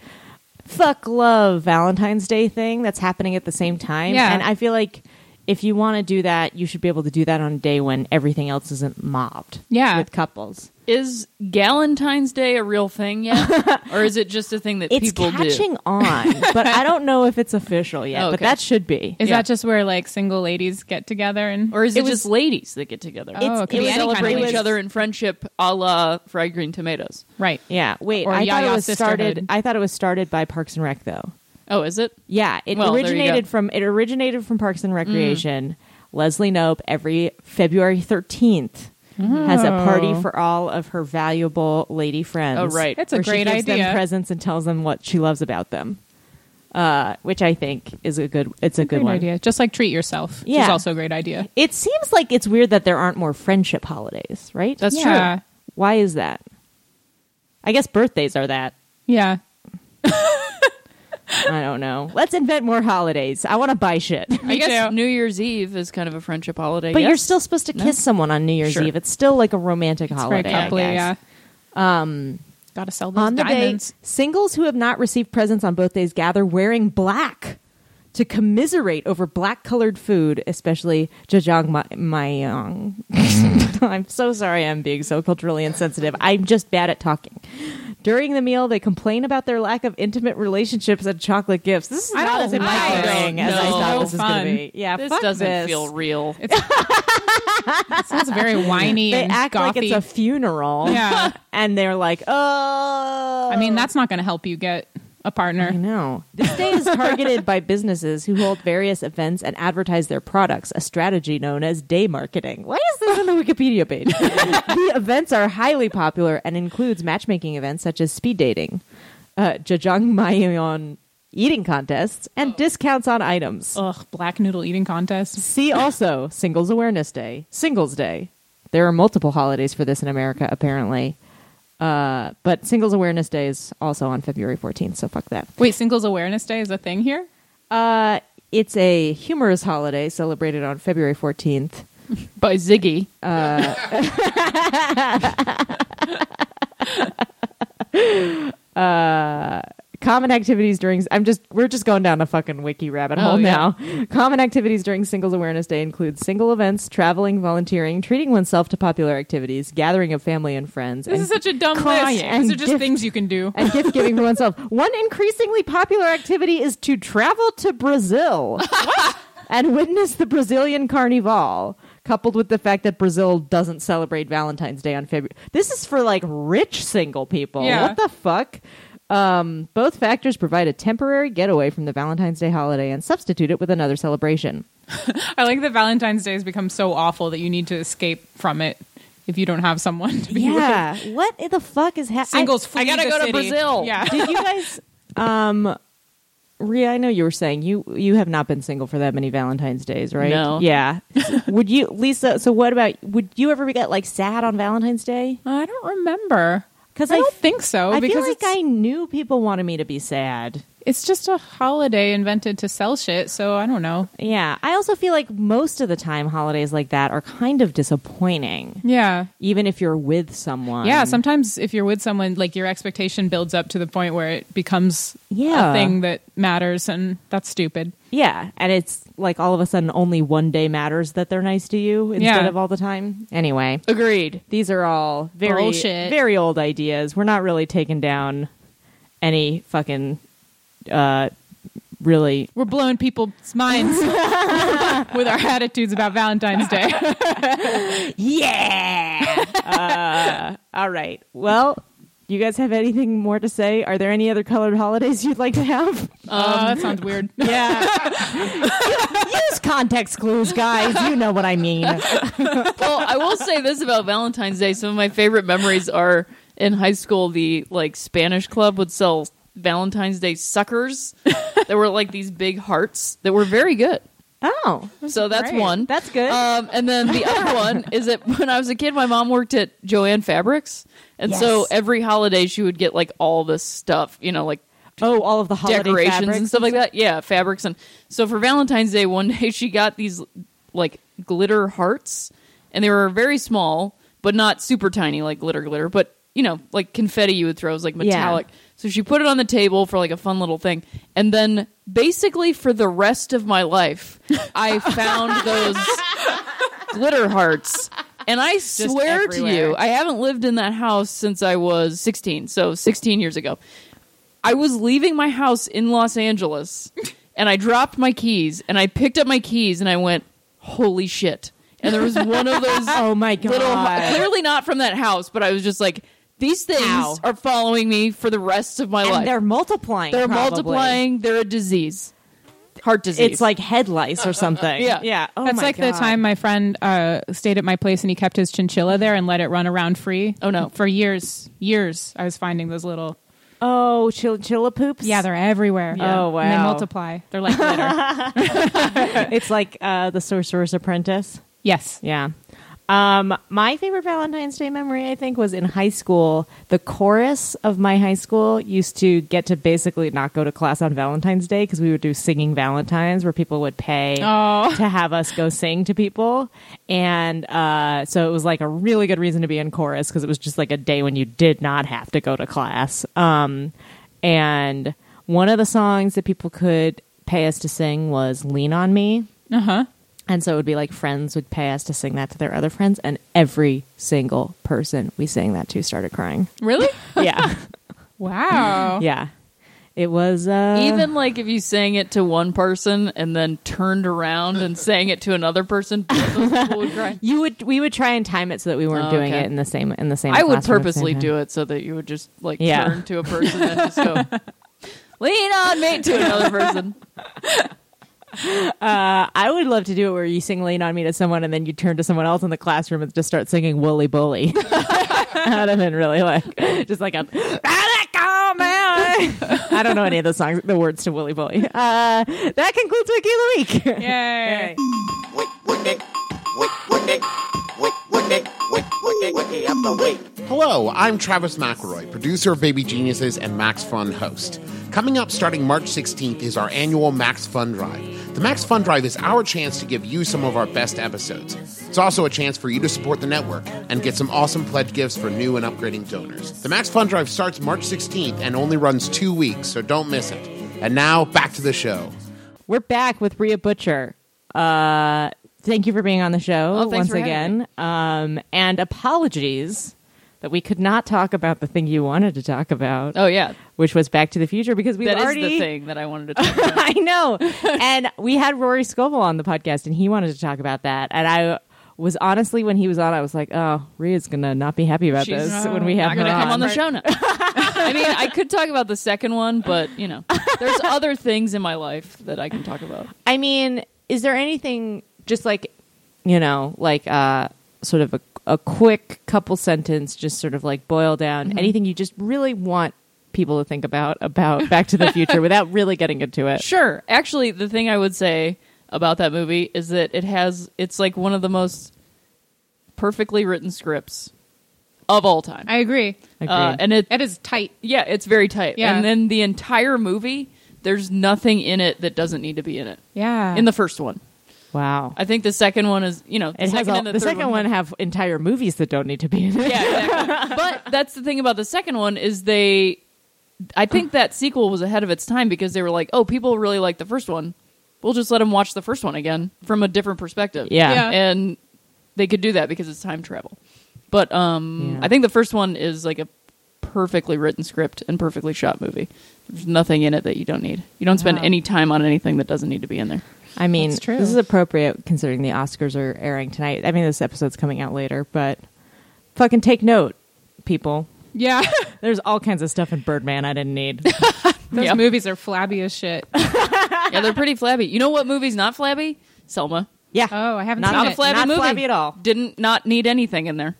fuck love Valentine's Day thing that's happening at the same time. Yeah. And I feel like if you want to do that, you should be able to do that on a day when everything else isn't mobbed. Yeah. with couples, Is Galentine's Day a real thing yet, or is it just a thing that it's people catching do? on, but I don't know if it's official yet. But Okay. that should be. Is Yeah. that just where like single ladies get together and Or is it, It was- just ladies that get together? It's- oh, it could it be was any kind of celebrate it ladies. each was- other in friendship, a la fried green tomatoes. right? Yeah, wait. Or I thought it Yaya was started. Sisterhood. I thought it was started by Parks and Rec, though. Oh, is it? Yeah, it Well, there you originated go. from it originated from Parks and Recreation. Leslie Nope every February thirteenth has a party for all of her valuable lady friends. Oh, right. That's a where great she gives idea. Them presents and tells them what she loves about them, uh, which I think is a good. It's a good Great one. idea. Just like treat yourself. Which is Yeah. also a great idea. It seems like it's weird that there aren't more friendship holidays, right? That's yeah. true. Why is that? I guess birthdays are that. Yeah. I don't know. Let's invent more holidays. I want to buy shit. I Me guess too. New Year's Eve is kind of a friendship holiday. But yes? you're still supposed to kiss someone on New Year's Sure. Eve. It's still like a romantic It's holiday. very I coupley, guess. yeah. Um, gotta sell those Um, On the diamonds. day, singles who have not received presents on both days gather wearing black to commiserate over black colored food, especially jjajangmyeon. Mm. I'm so sorry I'm being so culturally insensitive. I'm just bad at talking. During the meal, they complain about their lack of intimate relationships and chocolate gifts. This is I not don't as like inviting this. as I No. thought this So was going fun. to be. Yeah, this fuck doesn't this. feel real. It sounds very whiny They and act gothy. like it's a funeral. yeah. and they're like, oh. I mean, that's not going to help you get a partner. I know. This day is targeted by businesses who hold various events and advertise their products, a strategy known as day marketing. Why is this on the Wikipedia page? the events are highly popular and includes matchmaking events such as speed dating, uh, jajangmyeon eating contests, and discounts on items. Ugh, black noodle eating contest. See also Singles Awareness Day, Singles Day. There are multiple holidays for this in America, apparently. Uh, but Singles Awareness Day is also on February 14th, so fuck that. Wait, Singles Awareness Day is a thing here? Uh, it's a humorous holiday celebrated on February 14th. By Ziggy. Common activities during I'm just we're just going down a fucking wiki rabbit hole Oh, yeah. now. Common activities during Singles Awareness Day include single events, traveling, volunteering, treating oneself to popular activities, gathering of family and friends, This and is such a dumb crying list. and These are just gift- things you can do. and gift giving for oneself. One increasingly popular activity is to travel to Brazil and witness the Brazilian Carnival, coupled with the fact that Brazil doesn't celebrate Valentine's Day on February. This is for like rich single people. Yeah. What the fuck? Um, both factors provide a temporary getaway from the Valentine's Day holiday and substitute it with another celebration. I like that Valentine's Day has become so awful that you need to escape from it if you don't have someone to be with. Yeah, what the fuck is happening? Singles flee I gotta the go to city. Brazil. Yeah. Did you guys? Um, Ria, I know you were saying you you have not been single for that many Valentine's days, right? No. Yeah. would you, Lisa? So what about? Would you ever get like sad on Valentine's Day? I don't remember. Because I don't think so. I feel because like it's, I knew people wanted me to be sad. it's just a holiday invented to sell shit, so I don't know. Yeah. I also feel like most of the time holidays like that are kind of disappointing, Yeah. even if you're with someone. Yeah, sometimes if you're with someone, like your expectation builds up to the point where it becomes Yeah. a thing that matters, and that's stupid. Yeah, and it's like all of a sudden only one day matters that they're nice to you instead Yeah. of all the time. Anyway. Agreed. These are all very Bullshit. very old ideas. We're not really taking down any fucking uh really We're blowing people's minds with our attitudes about Valentine's Day. yeah. uh, all right. Well, you guys have anything more to say? Are there any other colored holidays you'd like to have? Oh, Um, that sounds weird. Yeah. Use context clues, guys. You know what I mean. well, I will say this about Valentine's Day. Some of my favorite memories are in high school. The like Spanish club would sell Valentine's Day suckers. there were like these big hearts that were very good. Oh, So that's great. one. that's good. Um, and then the other one is that when I was a kid, my mom worked at Joanne Fabrics, and so Yes. every holiday she would get like all this stuff, you know, like oh, all of the holiday decorations fabrics and stuff like that. Yeah, fabrics and so for Valentine's Day one day she got these like glitter hearts and they were very small but not super tiny like glitter glitter but you know like confetti you would throw it was like metallic. So she put it on the table for like a fun little thing and then basically for the rest of my life, I found those glitter hearts. And I swear to you, everywhere. I haven't lived in that house since I was 16. So 16 years ago. I was leaving my house in Los Angeles and I dropped my keys and I picked up my keys and I went, holy shit. And there was one of those Oh my god! little, clearly not from that house, but I was just like, these things Ow. are following me for the rest of my and life. they're multiplying. They're probably. multiplying. They're a disease. Heart disease. It's like head lice or something. Yeah. yeah. Oh That's my like God. the time my friend uh, stayed at my place and he kept his chinchilla there and let it run around free. Oh, no. For years, years, I was finding those little. Oh, chill, chilla poops. Yeah, they're everywhere. Oh, And they wow. multiply. They're like glitter. it's like uh, the Sorcerer's Apprentice. yes. Yeah. Um, my favorite Valentine's Day memory, I think, was in high school. The chorus of my high school used to get to basically not go to class on Valentine's Day because we would do singing Valentines where people would pay to have us go sing to people. And uh, so it was like a really good reason to be in chorus because it was just like a day when you did not have to go to class. Um, and one of the songs that people could pay us to sing was Lean on Me. And so it would be like friends would pay us to sing that to their other friends, and every single person we sang that to started crying. really? Yeah, Wow. yeah. It was uh, Even like if you sang it to one person and then turned around and sang it to another person, both those people would cry. you would we would try and time it so that we weren't Oh, doing okay. it in the same in the same. I would classroom at the purposely same time. do it so that you would just like Yeah. turn to a person and just go lean on me to another person. I would love to do it where you sing "Lean on Me" to someone, and then you turn to someone else in the classroom and just start singing "Wooly Bully." I'd have been really like just like a. I don't know any of the songs, the words to "Wooly Bully." Uh, that concludes Wiki of the Week. Yay. Hello, I'm Travis McElroy, producer of Baby Geniuses and Max Fun host. Coming up starting March 16th is our annual Max Fun Drive. The Max Fun Drive is our chance to give you some of our best episodes. It's also a chance for you to support the network and get some awesome pledge gifts for new and upgrading donors. The Max Fun Drive starts March 16th and only runs two weeks, so don't miss it. And now, back to the show. We're back with Rhea Butcher. Uh, thank you for being on the show Oh, once thanks for having again. Um, and apologies that we could not talk about the thing you wanted to talk about, Oh yeah, which was Back to the Future, because we that is already. the thing that I wanted to talk about. I know. and we had Rory Scovel on the podcast, and he wanted to talk about that. And I was honestly, when he was on, I was like, oh, Rhea's going to not be happy about She's this when we have I'm her gonna on. come on the show now. I mean, I could talk about the second one, but you know, there's other things in my life that I can talk about. I mean, is there anything just like you know, like uh sort of a a quick couple sentence just sort of like boil down anything you just really want people to think about about Back to the Future without really getting into it. Sure. Actually, the thing I would say about that movie is that it has it's like one of the most perfectly written scripts of all time. I agree. Uh, and it That is tight. yeah, it's very tight. Yeah. And then the entire movie, there's nothing in it that doesn't need to be in it. Yeah. In the first one. Wow. I think the second one is, you know, the It has second all- and the, the third second one have entire movies that don't need to be in it. yeah, exactly. but that's the thing about the second one is they I think that sequel was ahead of its time because they were like, "Oh, people really like the first one. We'll just let them watch the first one again from a different perspective." Yeah. Yeah. And they could do that because it's time travel. But um Yeah. I think the first one is like a perfectly written script and perfectly shot movie. There's nothing in it that you don't need. You don't spend Wow. any time on anything that doesn't need to be in there. I mean, That's true. this is appropriate considering the Oscars are airing tonight. I mean, this episode's coming out later, but fucking take note, people. yeah. There's all kinds of stuff in Birdman I didn't need. Those Yeah. movies are flabby as shit. Yeah, they're pretty flabby. You know what movie's not flabby? Selma. Yeah. Oh, I haven't Not seen a it. flabby Not movie. flabby at all. Didn't not need anything in there.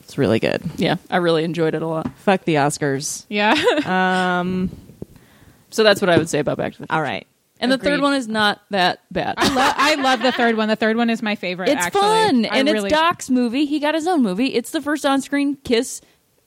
It's really good. Yeah, I really enjoyed it a lot. Fuck the Oscars. Yeah. So that's what I would say about Back to the Future. All right. And the Agreed. third one is not that bad. I, lo- I love the third one. The third one is my favorite. It's actually. fun, I and really- it's Doc's movie. He got his own movie. It's the first on-screen kiss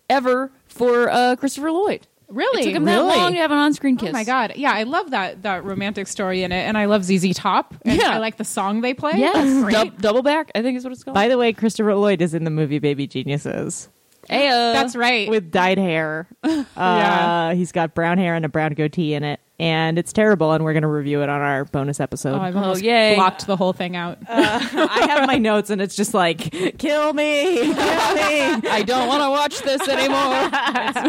ever for uh, Christopher Lloyd. Really? It took him Really? that long to have an on-screen kiss. Oh my god! Yeah, I love that that romantic story in it, and I love ZZ Top. And Yeah. I like the song they play. Yes, Great. Dub- double back. I think is what it's called. By the way, Christopher Lloyd is in the movie Baby Geniuses Ayo. that's right. with dyed hair. Uh, Yeah. He's got brown hair and a brown goatee in it. and it's terrible. And we're going to review it on our bonus episode. Oh, I've almost yay. blocked the whole thing out. Oh, I have my notes, and it's just like, kill me, kill me. I don't want to watch this anymore.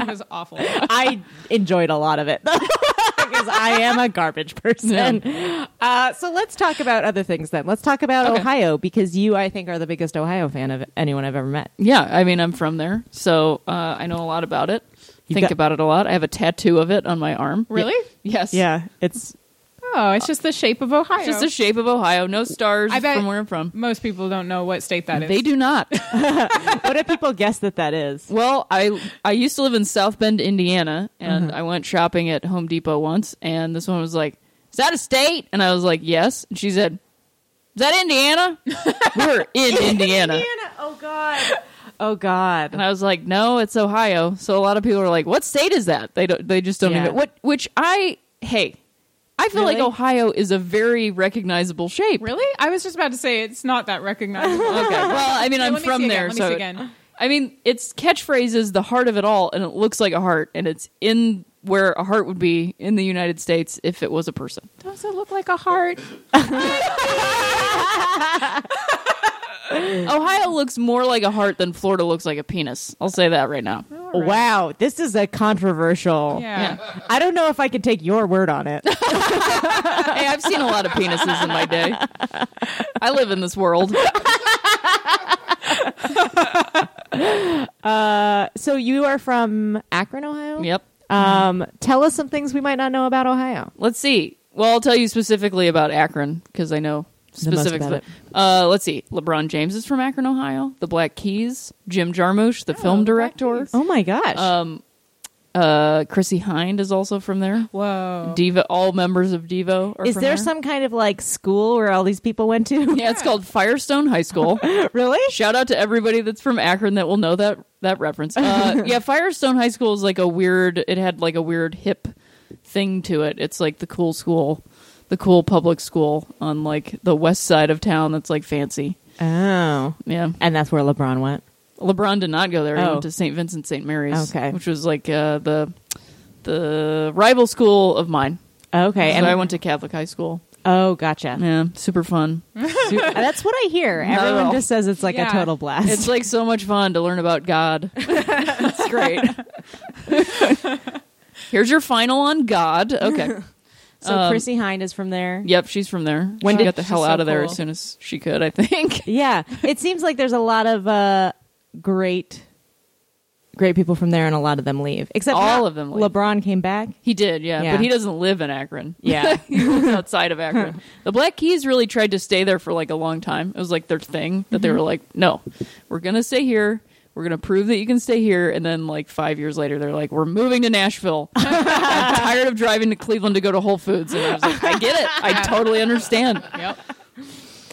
it was awful. I enjoyed a lot of it because I am a garbage person. Uh, so let's talk about other things then. Let's talk about Okay. Ohio because you, I think, are the biggest Ohio fan of anyone I've ever met. Yeah, I mean, I'm from there, so uh, I know a lot about it. Think got- about it a lot. I have a tattoo of it on my arm. Really? Yes. it's Oh, it's just the shape of Ohio. It's just the shape of Ohio. No stars I bet- from where I'm from. Most people don't know what state that is. They do not. what do people guess that that is? well, I I used to live in South Bend, Indiana, and I went shopping at Home Depot once, and this one was like, "Is that a state?" And I was like, "Yes." And she said, "Is that Indiana?" We're in Indiana. Oh God. Oh God. And I was like, no, it's Ohio. So a lot of people are like, what state is that? They don't. They just don't Yeah. even. What? Which I hey, I feel like Really? Ohio is a very recognizable shape. really? I was just about to say it's not that recognizable. Okay. Well, I mean, I'm let me from see there, again. Let me so see again. I mean, its catchphrase is the heart of it all, and it looks like a heart, and it's in where a heart would be in the United States if it was a person. Does it look like a heart? Ohio looks more like a heart than Florida looks like a penis. I'll say that right now. Oh. Wow, this is a controversial. Yeah. I don't know if I can take your word on it. hey, I've seen a lot of penises in my day. I live in this world. so you are from Akron, Ohio. Yep. Um, tell us some things we might not know about Ohio. Let's see. Well, I'll tell you specifically about Akron because I know most specifics. about But, uh, let's see. LeBron James is from Akron, Ohio. The Black Keys. Jim Jarmusch, the film director. Oh my gosh. Uh, Chrissy Hind is also from there. Whoa. Devo. All members of Devo. Are is from there some kind of like school where all these people went to? Yeah, it's called Firestone High School. really? Shout out to everybody that's from Akron that will know that that reference. Uh, yeah, Firestone High School is like a weird. It had like a weird hip thing to it. It's like the cool school, the cool public school on like the west side of town. That's like fancy. Oh. Yeah, And that's where LeBron went. LeBron did not go there. He Oh. went to St. Vincent St. Mary's, Okay. which was like uh, the the rival school of mine. Okay. And I went to Catholic high school. Oh, gotcha. Yeah, super fun. Super- That's what I hear. Everyone all. just says it's like a Yeah. total blast. It's like so much fun to learn about God. it's great. Here's your final on God. Okay. so Chrissy Hind is from there. Yep, she's from there. When she did- got the hell so out of there cool. as soon as she could, I think. Yeah. It seems like there's a lot of uh, great great people from there and a lot of them leave. Except All not- of them leave. LeBron came back. He did, yeah. Yeah. But he doesn't live in Akron. Yeah. he lives outside of Akron. the Black Keys really tried to stay there for like a long time. It was like their thing that Mm-hmm. they were like, no, we're going to stay here. We're going to prove that you can stay here. And then like five years later, they're like, we're moving to Nashville. I'm tired of driving to Cleveland to go to Whole Foods. And I was like, I get it. I totally understand. Yep.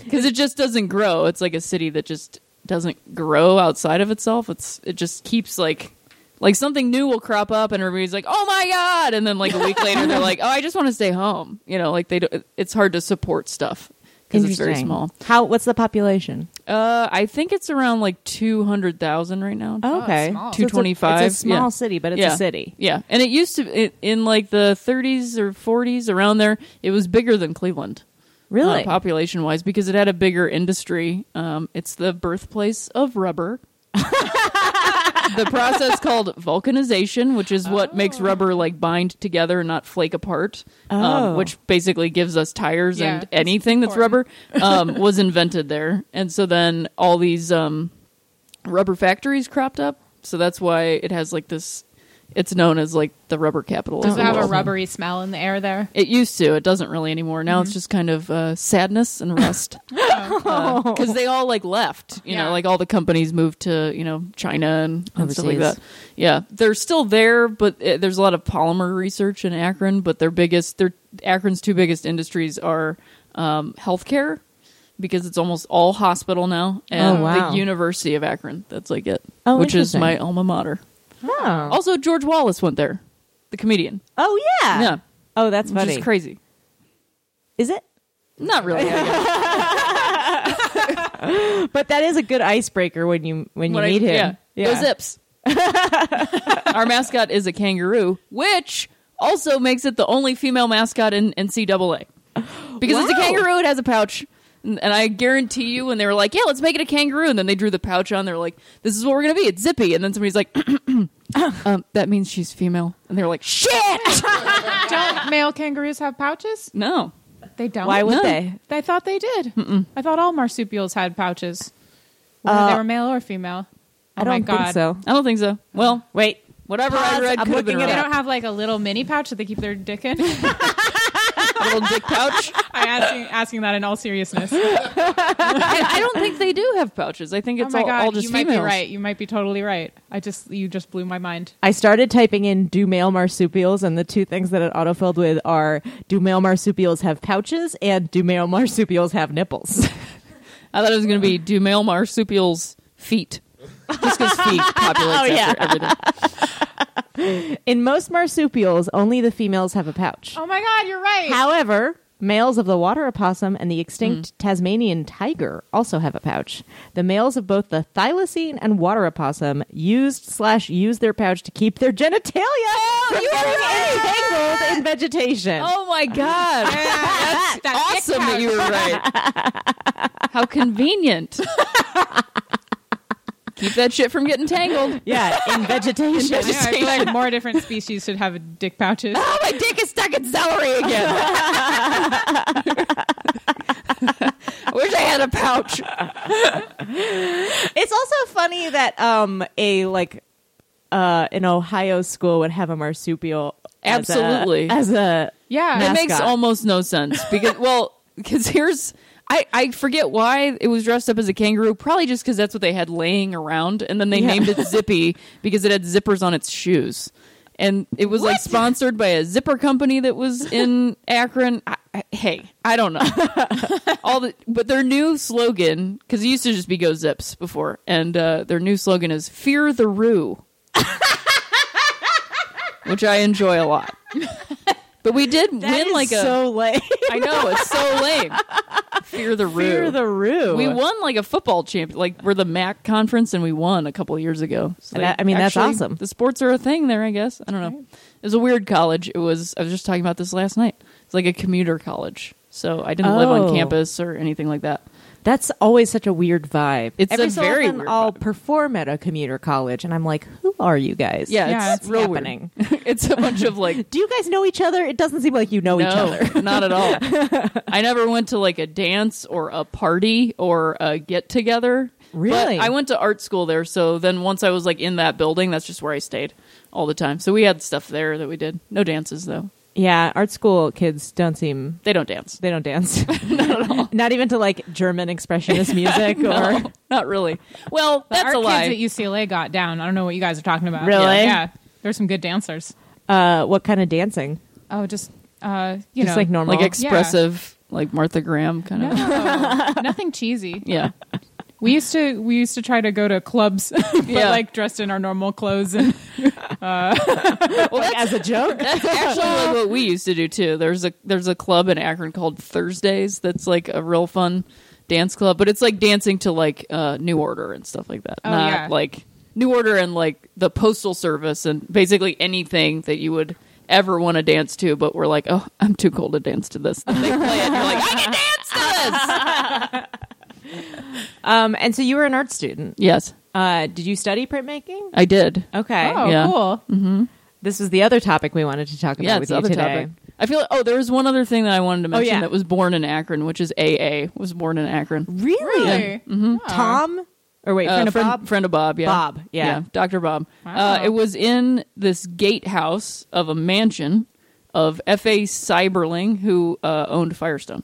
Because it just doesn't grow. It's like a city that just doesn't grow outside of itself. It's It just keeps like. Like something new will crop up, and everybody's like, "Oh my god!" And then like a week later, they're like, "Oh, I just want to stay home." You know, like they do, it's hard to support stuff because it's very Interesting. small. How what's the population? Uh, I think it's around like two hundred thousand right now. okay. small. Oh, So it's a- 225, It's a small yeah. city, but it's a city. Yeah, and it used to it, in like the 30s or 40s around there. It was bigger than Cleveland, Really? population wise, Uh, because it had a bigger industry. Um, it's the birthplace of rubber. the process called vulcanization, which is what makes Oh. rubber like bind together and not flake apart, Oh. um, which basically gives us tires Yeah, and it's anything that's rubber, important. um, was invented there. And so then all these um, rubber factories cropped up. So that's why it has like this. It's known as like the rubber capital. of Does it the have a world. rubbery smell in the air there? It used to. It doesn't really anymore. Now Mm-hmm. it's just kind of uh, sadness and rust Oh. because they all like left. You Yeah. know, like all the companies moved to you know China and, and stuff like Overseas. that. Yeah, they're still there, but uh there's a lot of polymer research in Akron. But their biggest, their Akron's two biggest industries are um, healthcare because it's almost all hospital now, and Oh, wow. the University of Akron. That's like it, Oh, which is interesting. my alma mater. Oh. Also, George Wallace went there, the comedian. Oh yeah. Yeah. Oh, that's Which funny. is crazy. Is it? Not really. I guess. But that is a good icebreaker when you when you When I- meet him. Yeah. Go zips. Our mascot is a kangaroo, which also makes it the only female mascot in NCAA because it's a kangaroo. It has a pouch. And and I guarantee you, when they were like, "Yeah, let's make it a kangaroo," and then they drew the pouch on, they're like, "This is what we're gonna be. It's zippy." And then somebody's like, um, "That means she's female," and they're like, "Shit, Don't male kangaroos have pouches? no." They don't. Why would No. they? I thought they did. I thought all marsupials had pouches, whether they were male or female. Oh Uh, I don't my God. think so. I don't think so. Well, Wait. whatever I Pause. read I'm could have been looking They it wrong. don't have like a little mini pouch that they keep their dick in. a little dick pouch. I'm asking, asking that in all seriousness. I, I don't think they do have pouches. I think oh it's my all, god, all just you might females. be right. You might be totally right. I just you just blew my mind. I started typing in do male marsupials, and the two things that it autofilled with are do male marsupials have pouches and do male marsupials have nipples? I thought it was going to be do male marsupials feet? Just because feet populates Oh, yeah. after everything. in most marsupials, only the females have a pouch. Oh my god, you're right. However, males of the water opossum and the extinct Tasmanian tiger also have a pouch. The males of both the thylacine and water opossum used slash use their pouch to keep their genitalia from you were getting right! entangled in vegetation. Oh my god! That's- that dick awesome pouch. that you were right. How convenient. Keep that shit from getting tangled. Yeah, in vegetation. I know, I feel like more different species should have dick pouches. Oh, my dick is stuck in celery again. I wish I had a pouch. It's also funny that um a like uh an Ohio school would have a marsupial as a- Absolutely. as a Yeah, It Mascot. makes almost no sense because well, because here's I I forget why it was dressed up as a kangaroo. Probably just because that's what they had laying around, and then they named it Zippy because it had zippers on its shoes, and it was like sponsored by a zipper company that was in Akron. I, I- hey, I don't know all the but their new slogan because it used to just be Go Zips before, and uh, their new slogan is Fear the Roo, which I enjoy a lot. But we did win like a so late. I know it's so lame. Fear the roo. Fear the roo. We won like a football champion. Like we're the MAC conference, and we won a couple years ago. So And they- I- I mean, that's actually, awesome. The sports are a thing there, I guess. I don't know. It was a weird college. It was. I was just talking about this last night. It's like a commuter college, so I didn't live Oh. on campus or anything like that. That's always such a weird vibe. It's Every a so very often weird I'll vibe. perform at a commuter college, and I'm like, who are you guys? Yeah, Yeah, it's it's real happening. Weird. it's a bunch of like Do you guys know each other? It doesn't seem like you know each other. not at all. I never went to like a dance or a party or a get together. Really? I went to art school there, so then once I was like in that building, that's just where I stayed all the time. So we had stuff there that we did. No dances though. Yeah, art school kids don't seem They don't dance. they don't dance. not at all. Not even to like German expressionist music or Not really. Well, The that's art a lie. kids at UCLA got down. I don't know what you guys are talking about. Really? Yeah, yeah. there's some good dancers. uh, what kind of dancing? Oh, just uh, you Just know, like normal. like expressive, like Martha Graham kind of. No, nothing cheesy. Yeah. We used to we used to try to go to clubs, but Yeah. like dressed in our normal clothes and like as a joke. That's actually like what we used to do too. There's a there's a club in Akron called Thursdays that's like a real fun dance club, but it's like dancing to like uh, New Order and stuff like that. Oh, Not yeah. like New Order and like the Postal Service and basically anything that you would ever want to dance to, but we're like, oh, I'm too cold to dance to this. And they play it, and you're like, I can dance to this. Um, and so you were an art student. yes, Uh, did you study printmaking? I did. Okay. oh Yeah. cool. This was the other topic we wanted to talk about yeah, with it's you other today. topic. I feel like, oh, there was one other thing that I wanted to mention yeah. that was born in Akron, which is AA was born in Akron. Really? Really? Tom? Or wait, Mm-hmm. Uh, friend of friend, Bob? friend of Bob, yeah, Bob, yeah. Doctor Bob. Wow. Uh, it was in this gatehouse of a mansion of F. A. Cyberling, who uh, owned Firestone.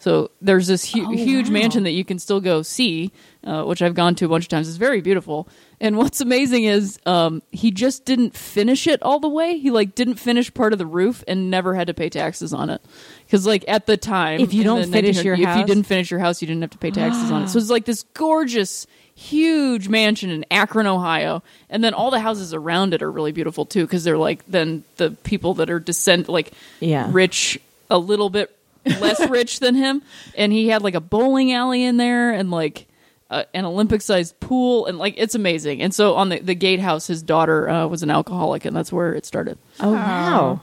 So there's this hu- Oh, huge mansion that you can still go see, uh, which I've gone to a bunch of times. It's very beautiful. And what's amazing is um, he just didn't finish it all the way. He like didn't finish part of the roof and never had to pay taxes on it. Because like at the time, If you in don't the finish your 1900 if you house- didn't finish your house, you didn't have to pay taxes on it. So it's like this gorgeous, huge mansion in Akron, Ohio, and then all the houses around it are really beautiful too because they're like then the people that are descend like Yeah. rich a little bit less rich than him, and he had like a bowling alley in there and like. Uh, an Olympic-sized pool, and like it's amazing. And so on the the gatehouse, his daughter uh, was an alcoholic, and that's where it started. Oh, wow.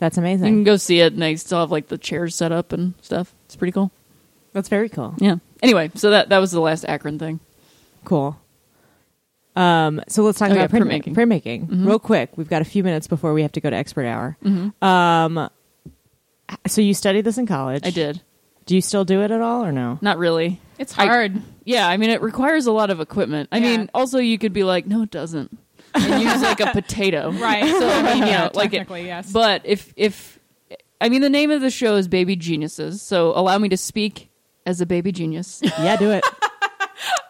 That's You can amazing. go see it, and they still have like the chairs set up and stuff. It's pretty cool. That's very cool. Yeah. Anyway, so that that was the last Akron thing. Cool. Um, so let's talk Oh, about yeah, printmaking. printmaking. Mm-hmm. Printmaking, real quick. We've got a few minutes before we have to go to expert hour. Um, so you studied this in college. I did. Do you still do it at all, or no? Not really. It's I- hard. Yeah, I mean, it requires a lot of equipment. I Yeah. mean, also you could be like, no, it doesn't, and use like a potato, Right. So I mean, you Yeah, know, like it. technically, yes. But if if I mean, the name of the show is Baby Geniuses, so allow me to speak as a baby genius Yeah, do it.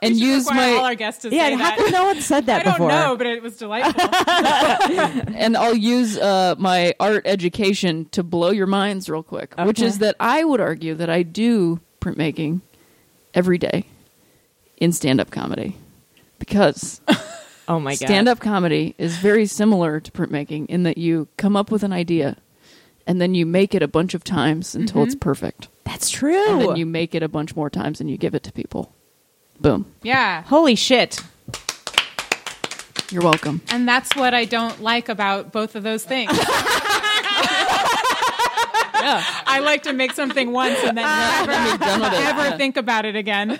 and use Require all my our guests to yeah, say how that. come no one said that I don't before? know, but it was delightful. and I'll use uh, my art education to blow your minds real quick, which Okay. is that I would argue that I do printmaking every day in stand-up comedy because Oh my god. Stand up comedy is very similar to printmaking in that you come up with an idea and then you make it a bunch of times until it's perfect. That's true. And then you make it a bunch more times and you give it to people. Boom. yeah. Holy shit. You're welcome. And that's what I don't like about both of those things. I like to make something once and then never, done with it. ever think about it again.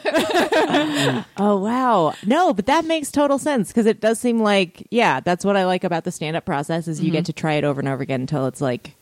Oh wow. No, but that makes total sense because it does seem like yeah, that's what I like about the stand up process is you get to try it over and over again until it's like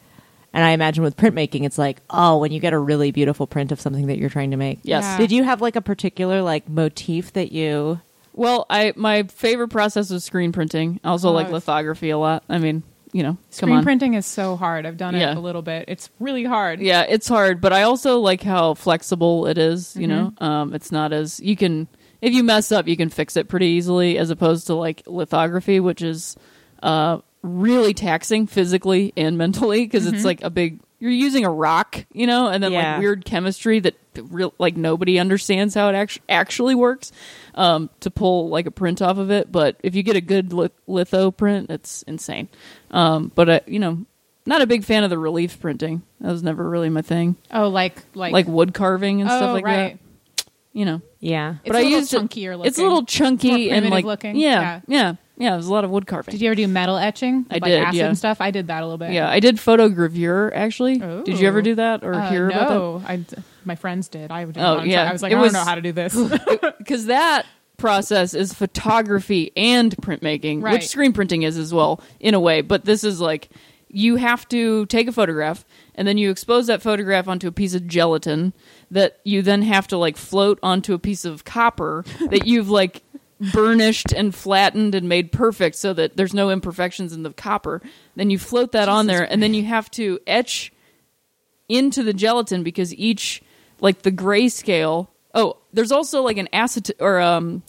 and I imagine with printmaking it's like, oh, when you get a really beautiful print of something that you're trying to make. Yes. Yeah. Did you have like a particular like motif that you Well, I my favorite process was screen printing. I also like lithography a lot. I mean, you know, come Screen on. printing is so hard. I've done Yeah. it a little bit. It's really hard. Yeah, it's hard, but I also like how flexible it is, you know. Um it's not as you can if you mess up, you can fix it pretty easily as opposed to like lithography, which is uh really taxing physically and mentally because it's like a big you're using a rock, you know, and then Yeah. like weird chemistry that real like nobody understands how it actually actually works um to pull like a print off of it, but if you get a good lith- litho print, it's insane. Um but I, you know, not a big fan of the relief printing. That was never really my thing. Oh, like like Like wood carving and oh, stuff like right. that. You know, Yeah. It's a I little used it- chunkier It's a little looking. More chunky and primitive like looking. Yeah, Yeah. yeah, yeah. It was a lot of wood carving. Did you ever do metal etching? I like did, Acid yeah. and stuff. I did that a little bit. yeah, I did photogravure actually. Did you ever Ooh. do that or Uh, hear no, about I, my friends did. I, didn't Oh, wanna try. yeah. I was like, It I was- don't know how to do this. that? Because that process is photography and printmaking, Right. which screen printing is as well in a way. But this is like you have to take a photograph and then you expose that photograph onto a piece of gelatin that you then have to like float onto a piece of copper that you've like burnished and flattened and made perfect so that there's no imperfections in the copper. Then you float that on there and then you have to etch into the gelatin because each like the grayscale oh there's also like an acid or um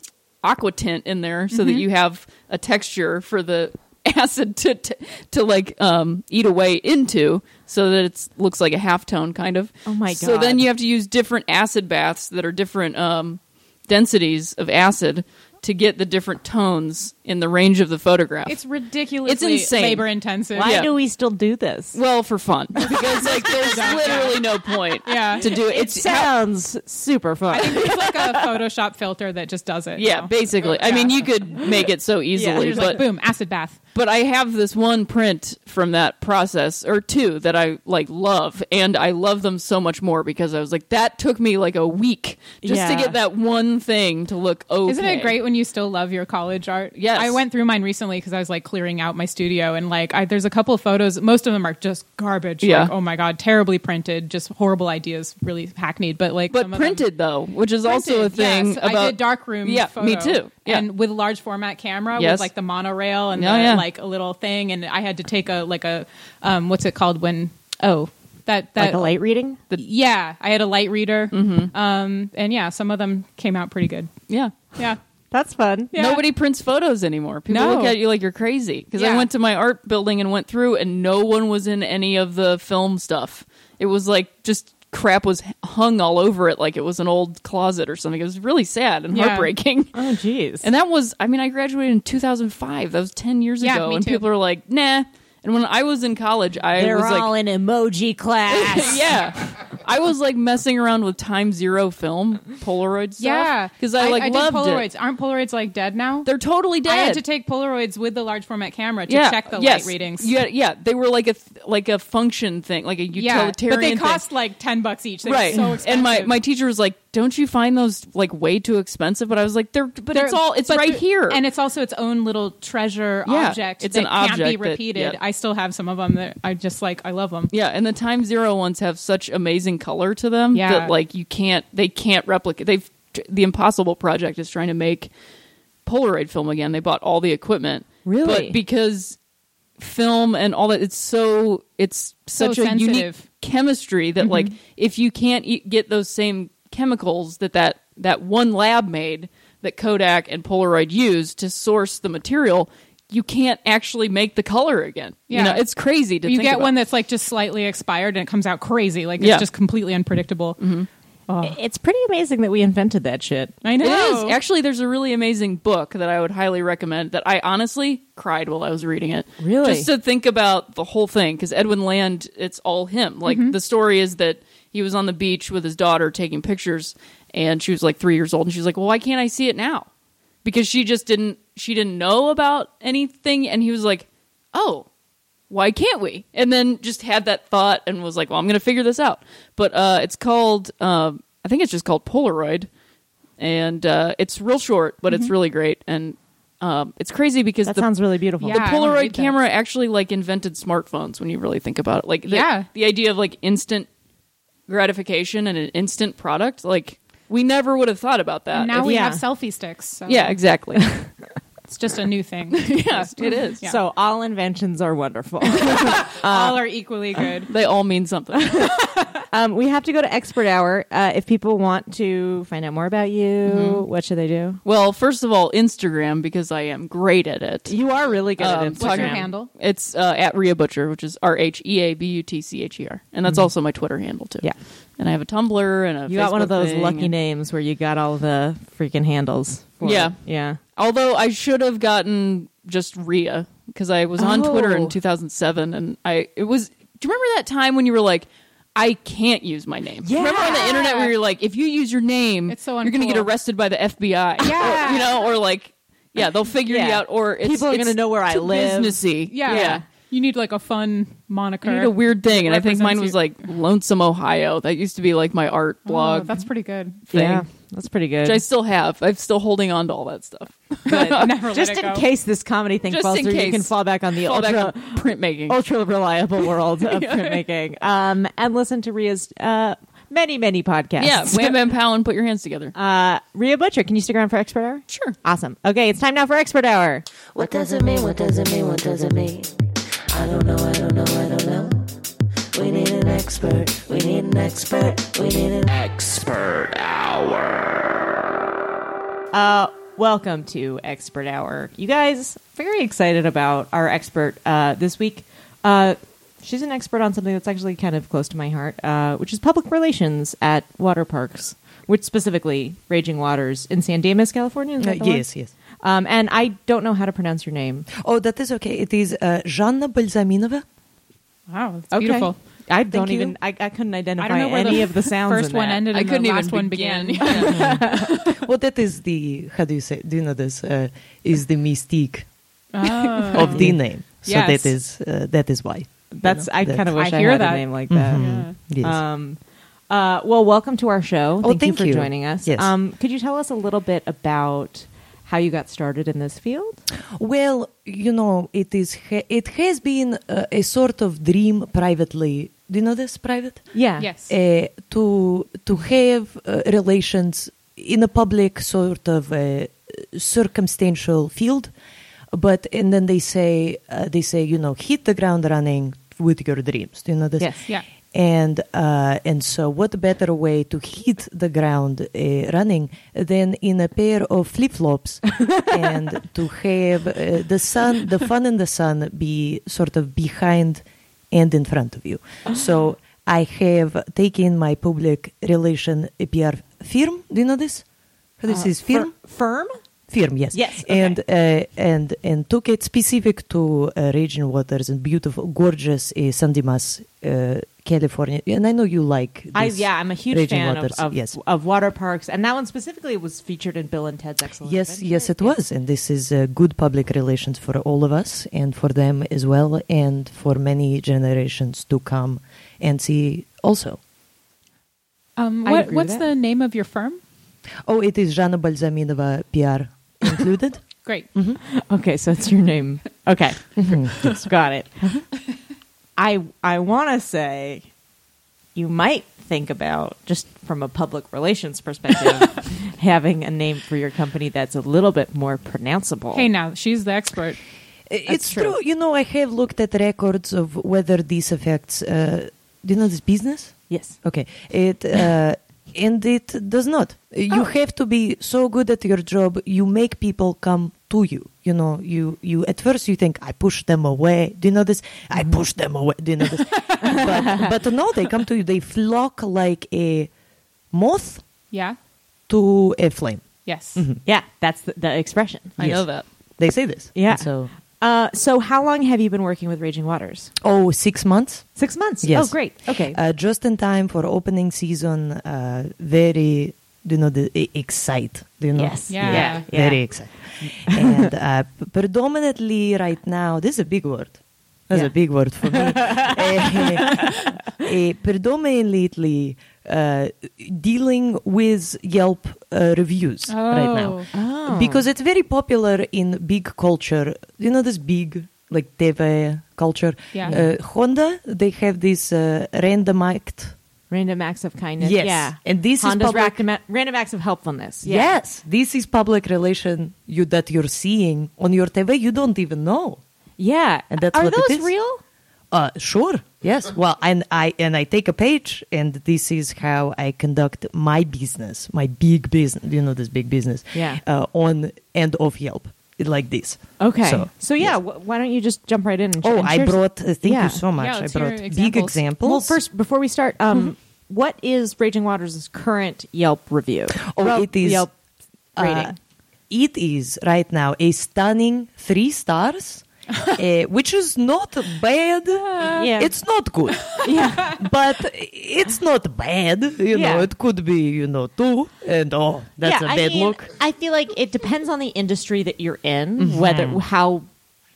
aqua tint in there so that you have a texture for the acid to, to to like um eat away into so that it's looks like a half tone kind of Oh my so then God. you have to use different acid baths that are different um densities of acid to get the different tones in the range of the photograph it's ridiculously insane. labor intensive. Why Yeah. do we still do this? well for fun because like there's literally no point Yeah. to do it it it's sounds super fun. It's like a Photoshop filter that just does it. Yeah, now. basically. I mean, you could make it so easily, There's but like boom, acid bath. but I have this one print from that process or two that I like love, and I love them so much more because I was like, that took me like a week just Yeah. to get that one thing to look okay. Isn't it great when you still love your college art? Yes. I went through mine recently because I was like clearing out my studio and like I, there's a couple of photos. Most of them are just garbage. Yeah. Like, oh my God, terribly printed, just horrible ideas, really hackneyed. But like, But some of them- printed though, which is also a Printed, thing yes. about I did darkroom. Yeah, photo, me too. Yeah. And with large format camera Yes. with like the monorail and Yeah, the, yeah. like a little thing, and I had to take a like a um, what's it called when oh that that like a light reading? yeah I had a light reader Mm-hmm. um, and yeah some of them came out pretty good yeah. yeah. That's fun. Yeah. Nobody prints photos anymore. People No. look at you like you're crazy. Because I Yeah. went to my art building and went through, and no one was in any of the film stuff. It was like just crap was hung all over it, like it was an old closet or something. It was really sad and Yeah. heartbreaking. Oh jeez. And that was, I mean, I graduated in 2005. That was 10 years Yeah, ago. me And too. people are like, nah. And when I was in college, I They're was like, all in emoji class. yeah. I was like messing around with Time Zero film Polaroid stuff. Yeah, because I like I, loved did Polaroids. it. Aren't Polaroids like dead now? They're totally dead. I had to take Polaroids with the large format camera to check the yes. light readings. Yeah, yeah, they were like a th- like a function thing, like a yeah, utilitarian. but they thing. cost like ten bucks each. They were right. so expensive. and my my teacher was like, "Don't you find those like way too expensive?" But I was like, "They're but They're- it's all it's but right they're- here." and it's also its own little treasure Yeah, object. it's that an can't be object that- repeated. yeah. I still have some of them that I just like. I love them. yeah, and the time zero ones have such amazing color to them Yeah. that like you can't they can't replicate. They've the Impossible Project is trying to make Polaroid film again. They bought all the equipment, Really? but because film and all that it's so it's So such a unique sensitive. Mm-hmm. chemistry that like if you can't e get those same chemicals that, that that one lab made that kodak and polaroid used to source the material you can't actually make the color again Yeah. you know it's crazy to You think get about. one that's like just slightly expired and it comes out crazy. Like it's Yeah. Mm-hmm. just completely unpredictable. Oh. It's pretty amazing that we invented that shit. I it know. is actually there's a really amazing book that I would highly recommend that I honestly cried while I was reading it. Really? Just to think about the whole thing cuz Edwin Land it's all him. Like Mm-hmm. the story is that he was on the beach with his daughter taking pictures and she was like 3 years old and she's like, "Well, why can't I see it now?" Because she just didn't she didn't know about anything and he was like, "Oh, why can't we? And then just had that thought and was like, well, I'm going to figure this out. But uh, it's called, uh, I think it's just called Polaroid. And uh, it's real short, but it's really great. And um, it's crazy because Mm-hmm. That the, sounds really beautiful. Yeah, the I wanna read Polaroid that. camera actually like invented smartphones when you really think about it. Like the, Yeah. the idea of like instant gratification and an instant product. Like we never would have thought about that. And now If- we Yeah. have selfie sticks. So yeah, exactly. it's just a new thing. yeah, it is. uh, Yeah. So all inventions are wonderful. all are equally good. They all mean something. um, we have to go to expert hour. Uh, if people want to find out more about you, what should they do? well, first of all, Instagram because I am great at it. You are really good at Um, Instagram. What's your handle? It's uh, at Rhea Butcher, which is R H E A B U T C H E R, and that's also my Twitter handle too. Mm-hmm. Yeah. and I have a Tumblr and a. You got one of Facebook those thing, lucky and- names where you got all the freaking handles. for Yeah. it. yeah. Although I should have gotten just Rhea because I was on Oh. Twitter in 2007, and I it was. Do you remember that time when you were like? I can't use my name. Remember on the internet where you're like, if you use your name, It's so you're going to get uncool. arrested by the FBI. Yeah. Or, you know, or like, yeah, they'll figure you Yeah. out. Or it's, People are it's gonna know where I too live. Businessy. Yeah. You need like a fun moniker. I did a weird thing, and I think mine represents was you. like Lonesome Ohio. That used to be like my art Oh, blog that's pretty good. thing, Yeah. That's pretty good. which I still have. I'm still holding on to all that stuff. Never Just let it in go. case this comedy thing Just falls in through, you case. can fall back on the All that ultra printmaking. ultra reliable world of printmaking. Um, and listen to Ria's uh, many, many podcasts. yeah, wham bam pow and put your hands together. Uh, Ria Butcher, can you stick around for Expert Hour? Sure. Awesome. Okay, it's time now for Expert Hour. What does it mean? What does it mean? What does it mean? I don't know, I don't know, I don't know. We need an expert. We need an expert. We need an Expert Uh, Welcome to Expert Hour. You guys, very excited about our expert uh, this week. Uh, she's an expert on something that's actually kind of close to my heart, uh, which is public relations at water parks, which specifically Raging Waters in San Dimas, California. Is that the one? yes, yes. Um, and I don't know how to pronounce your name. Oh, that is okay. It is uh, Жанна Бальзаминова. Wow, that's Okay. beautiful. I don't you. even. I, I couldn't identify I don't know where any the of the sounds. First in one that. ended. I and couldn't the even last one begin. began. Well, that is the how do you say? Do you know this? Uh, is the mystique of the name. So Ah. Yes. that is uh, that is why. That's. I That's- kind of wish I, I hear had that. Mm-hmm. a name like that. Yes. Ah. Um, uh, well, welcome to our show. Oh, you thank for you. joining us. Yes. Um, could you tell us a little bit about how you got started in this field? Well, you know, it is. Ha- it has been uh, a sort of dream privately. Do you know this private? Yeah. Yes. Uh, to to have uh, relations in a public sort of uh, circumstantial field, but and then they say uh, they say you know hit the ground running with your dreams. Do you know this? Yes. Yeah. And uh, and so, what better way to hit the ground uh, running than in a pair of flip flops, and to have uh, the sun, the fun in the sun, be sort of behind and in front of you. So I have taken my public relation PR firm. Do you know this? This is firm Firm. firm yes Yes, okay. and uh, and and took it specific to uh, region waters and beautiful gorgeous uh, san dimas uh, California, and I know you like. I, this yeah, I'm a huge raging fan of, waters. of, yes, of water parks, and that one specifically was featured in Bill and Ted's Excellent. yes, yes, it was, and this is uh, good public relations for all of us, and for them as well, and for many generations to come and see also. Um, I what- agree with what's that. the name of your firm? Oh, it is Jana Balzaminova PR included. Great. Mm-hmm. Okay, so it's your name. Okay, got it. Uh-huh. I I want to say you might think about just from a public relations perspective having a name for your company that's a little bit more pronounceable. Hey, now she's the expert. it's true. You know, I have looked at records of whether this affects. Uh, do you know this business? Yes. Okay. It uh, and it does not. Oh. You have to be so good at your job. You make people come to you. You know, you you at first you think I push them away. Do you know this? I Mm-hmm. push them away. Do you know this? but, but no, they come to you. They flock like a moth Yeah. to a flame. Yes. Mm-hmm. Mm. Yeah, that's the, the expression. I know that. They say this. Yeah. So Uh, so how long have you been working with Raging Waters? oh, six months. Six months. Yes. Oh, great. Okay. Uh, just in time for opening season. Uh, very, do you know, the, e- excite. Do you know? Yes. Yeah. Yeah. Very Yeah. excite. and uh, p- predominantly right now, this is a big word. That's a big word for me. Eh, eh, predominantly uh, dealing with Yelp uh, reviews right now. Oh. Because it's very popular in big culture. You know, this big, like TV culture. Yeah. Uh, Honda, they have this uh, randomized. Random acts of kindness. Yes. Yeah. And this is Honda's public- random, random acts of helpfulness. Yeah. Yes, this is public relation you, that you're seeing on your TV. You don't even know. Yeah. And that's Are what it those is. real? Uh, sure. Yes. Well, and I and I take a page, and this is how I conduct my business, my big business. You know this big business. Yeah. Uh, on and off Yelp, like this. Okay. So, So, yeah, wh- why don't you just jump right in? And oh, and I share some- brought. Uh, thank Yeah. you so much. Mm-hmm. Yeah, I let's hear brought big examples. examples. Well, first, before we start, um, what is Raging Waters' current Yelp review? Oh, Well, it is Yelp uh, rating. it is right now a stunning three stars, uh, which is not bad. Yeah. It's not good, yeah. but it's not bad. You know, Yeah. it could be you know two, and oh, that's yeah, a bad I mean, look. Mm-hmm. I feel like it depends on the industry that you're in, whether how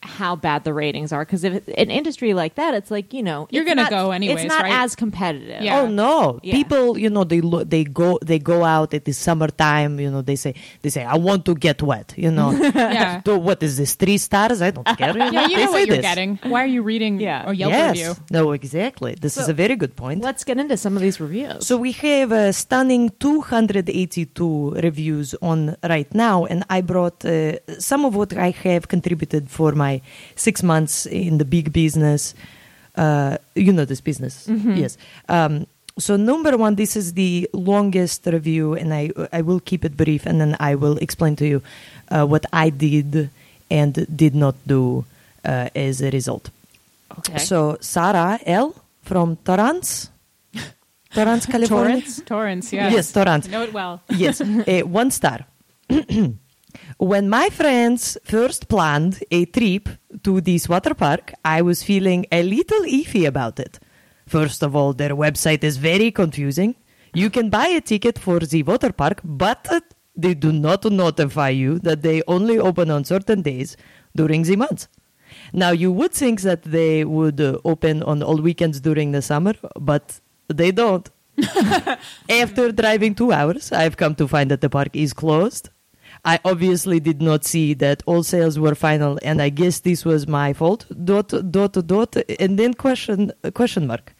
how bad the ratings are. Because if it's an industry like that, it's like you know You're it's gonna not- go anyways, It's not right? as competitive. Yeah. Oh no! Yeah. People, you know, they lo- they go they go out at the summertime. You know, they say they say I want to get wet. You know, Yeah. So what is this three stars? I don't care. Yeah, Ah, you They say know what you're this. getting. Why are you reading Yeah. a Yelp yes. review? No, exactly. This is a very good point. Let's get into some of these reviews. So we have a stunning 282 reviews on right now, and I brought uh, some of what I have contributed for my six months in the big business. Uh, you know this business, yes. Um, so number one, this is the longest review, and I I will keep it brief, and then I will explain to you uh, what I did and did not do uh, as a result. Okay. So Sarah L from Torrance. Torrance, California. Torrance? Torrance, yeah. Yes, Torrance. Know it well. Yes, eh, one star. when my friends first planned a trip to this water park, I was feeling a little iffy about it. First of all, their website is very confusing. You can buy a ticket for the water park, but uh, they do not notify you that they only open on certain days during the month. Now, you would think that they would uh, open on all weekends during the summer, but they don't. After driving two hours, I've come to find that the park is closed. I obviously did not see that all sales were final, and I guess this was my fault. Dot dot dot, and then question question mark.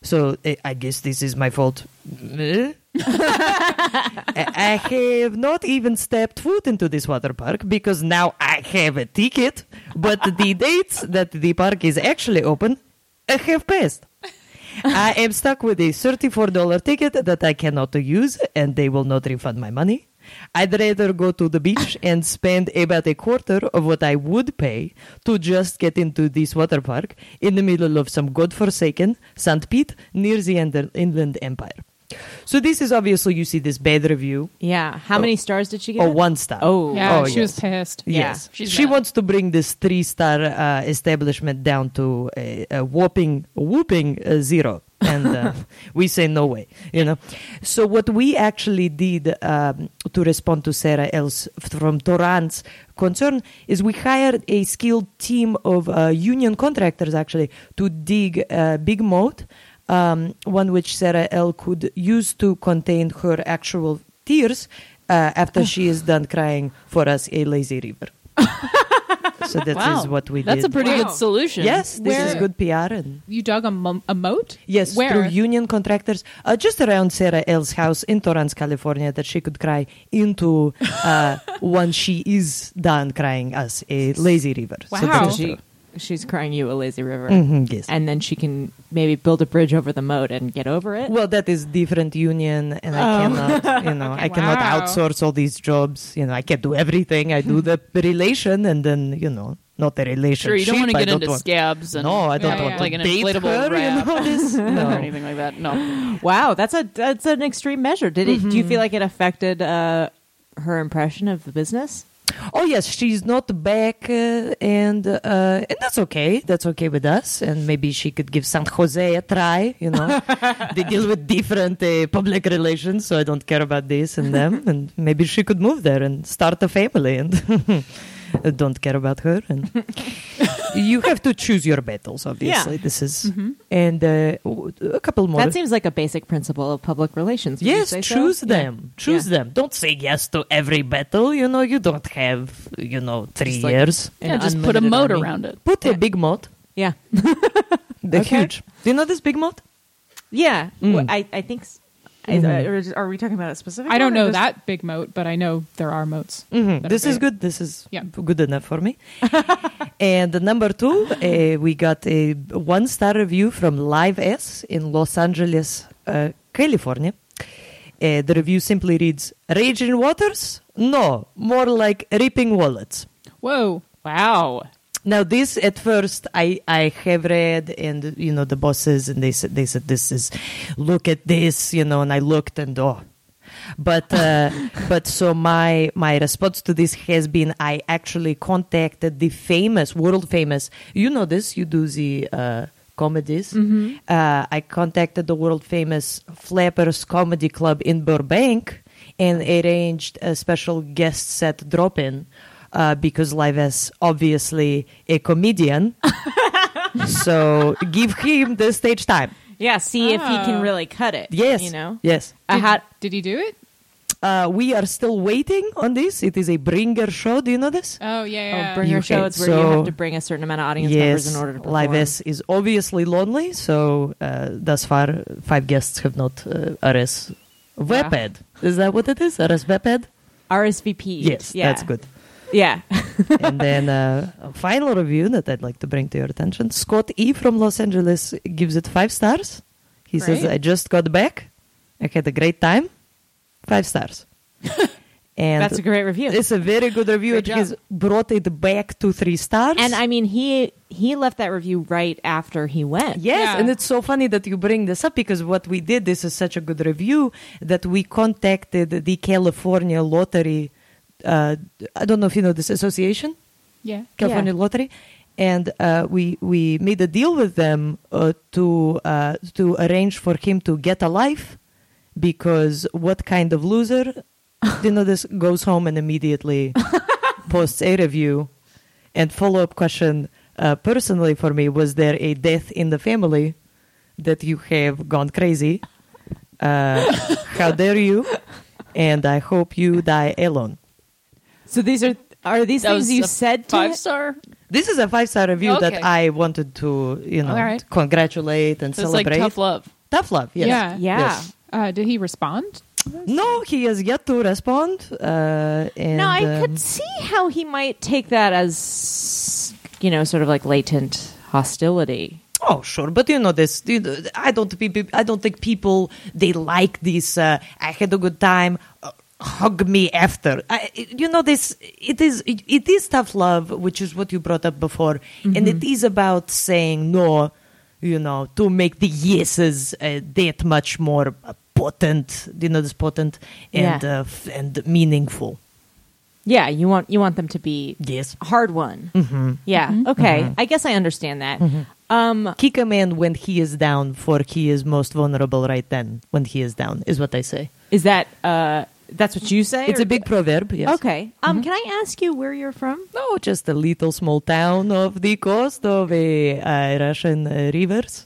So eh, I guess this is my fault. Eh? I I have not even stepped foot into this water park because now I have a ticket, but the dates that the park is actually open uh, have passed. I am stuck with a $34 ticket that I cannot use and they will not refund my money. I'd rather go to the beach and spend about a quarter of what I would pay to just get into this water park in the middle of some godforsaken St. Pete near the Ender- Inland Empire. So this is obviously you see this bad review yeah, oh. how many stars did she get? or one star. Oh. Yeah, Oh, she was yes. pissed. Yes, she's she mad. wants to bring this three-star uh, establishment down to a, a whopping, whooping uh, zero. and uh, we say no way you know so what we actually did um, to respond to sarah else from toran's concern is we hired a skilled team of uh, union contractors actually to dig a big moat um, one which sarah l could use to contain her actual tears uh, Oh. after she is done crying for us a lazy river so that is Wow. what we That's did a pretty good Wow. solution. yes this is Where- good pr and You dug a, mo- a moat? Yes, Where? through union contractors, uh, just around Sarah L's house in Torrance, California, that she could cry into uh, when she is done crying as a lazy river. So that So is she, true. she's crying you a lazy river. Mhm, yes. And then she can maybe build a bridge over the moat and get over it. Well, that is different union, and Oh. I cannot, you know, I cannot Wow. outsource all these jobs. You know, I can't do everything. I do the relation, and then you know, not the relationship. Sure, you don't want to I get don't into want- scabs and no, I don't like, want to like an bathe inflatable her, you wrap know, this- or no. anything like that. No, Wow, that's a that's an extreme measure. Did it? Do Mm-hmm. you feel like it affected uh, her impression of the business? oh yes she's not back uh, and uh, and that's okay that's okay with us and maybe she could give san jose a try you know they deal with different uh, public relations so i don't care about this and them and maybe she could move there and start a family and I don't care about her and you have to choose your battles obviously this is Mm-hmm. and uh, w- a couple more That seems like a basic principle of public relations. would you Yes, say so? choose Yeah. them. Choose them. Don't say yes to every battle. You know, you don't have, you know, three Just like years. an Yeah, just put a unlimited moat army. around it. Put a big moat. Yeah, They're Okay. huge. Do you know this big moat? yeah. Mm. Well, I I think. s- Mhm. is- uh, or is- are we talking about a specific? I don't one or know just- that big moat, but I know there are moats. Mhm. that This are is big. good. This is Yeah. good enough for me. and the number two, uh, we got a one star review from Live S in Los Angeles, uh, California. Uh, the review simply reads Raging Waters? No, more like Ripping Wallets. Whoa. Wow. Now, this at first I, I have read, and you know the bosses, and they said they said this is, look at this, you know, and I looked and oh, but uh, but so my my response to this has been I actually contacted the famous, world famous, you know this, you do the uh, comedies. Uh, I contacted the world famous Flappers Comedy Club in Burbank and arranged a special guest set drop in uh, because Live is obviously a comedian. so give him the stage time. Yeah, see if he Ah. can really cut it. Yes. you know. Yes. I had Did he do it? Uh, we are still waiting on this. It is a bringer show. Do you know this? Oh, yeah. oh, yeah. bring your You show. can- It's where you have so- to bring a certain amount of audience members in order to perform. Live S is obviously lonely, so uh, thus far five guests have not uh, RS Webed. Is that what it is? RS Webed? RSVP. Yes, yeah. that's good. Yeah. and then uh, a final review that I'd like to bring to your attention. Scott E from Los Angeles gives it five stars. He says, Great. "I just got back. I had a great time. Five stars." and That's a great review. It's a very good review. Great it has job. brought it back to three stars. and I mean, he he left that review right after he went. Yes, Yeah. and it's so funny that you bring this up because what we did, this is such a good review that we contacted the California Lottery. Uh, I don't know if you know this association, Yeah. California Lottery, and uh, we we made a deal with them uh, to uh, to arrange for him to get a life because what kind of loser, you know, this goes home and immediately posts a review and follow up question uh, personally for me was there a death in the family that you have gone crazy uh, how dare you and i hope you die alone So these are are these That things was you a said to five him? star. this is a five star review Okay. that i wanted to you know All right. to congratulate and So it's like celebrate tough love. Tough love, yes. Yeah. Yeah. Yes. Uh, did he respond? no he has yet to respond uh, and No, I um, could see how he might take that as you know, sort of like latent hostility. Oh, sure, but you know this. You know, I don't. pe- pe- I don't think people they like this. Uh, I had a good time. Uh, hug me after. I, you know this. It is. It, it is tough love, which is what you brought up before, and it is about saying no. You know, to make the yeses uh, that much more uh, potent. You know, this potent and Yeah. uh, f- and meaningful. Yeah, you want you want them to be Yes. Mm-hmm. Mm-hmm. hard won. Yeah, okay. I guess I understand that. Um, Kick a man when he is down, for he is most vulnerable right then when he is down, is what I say. Is that uh, that's what you say? It's or- a big proverb, yes. Mm-hmm. Okay. Um, Can I ask you where you're from? No, just a little small town of the coast of a uh, Russian uh, rivers.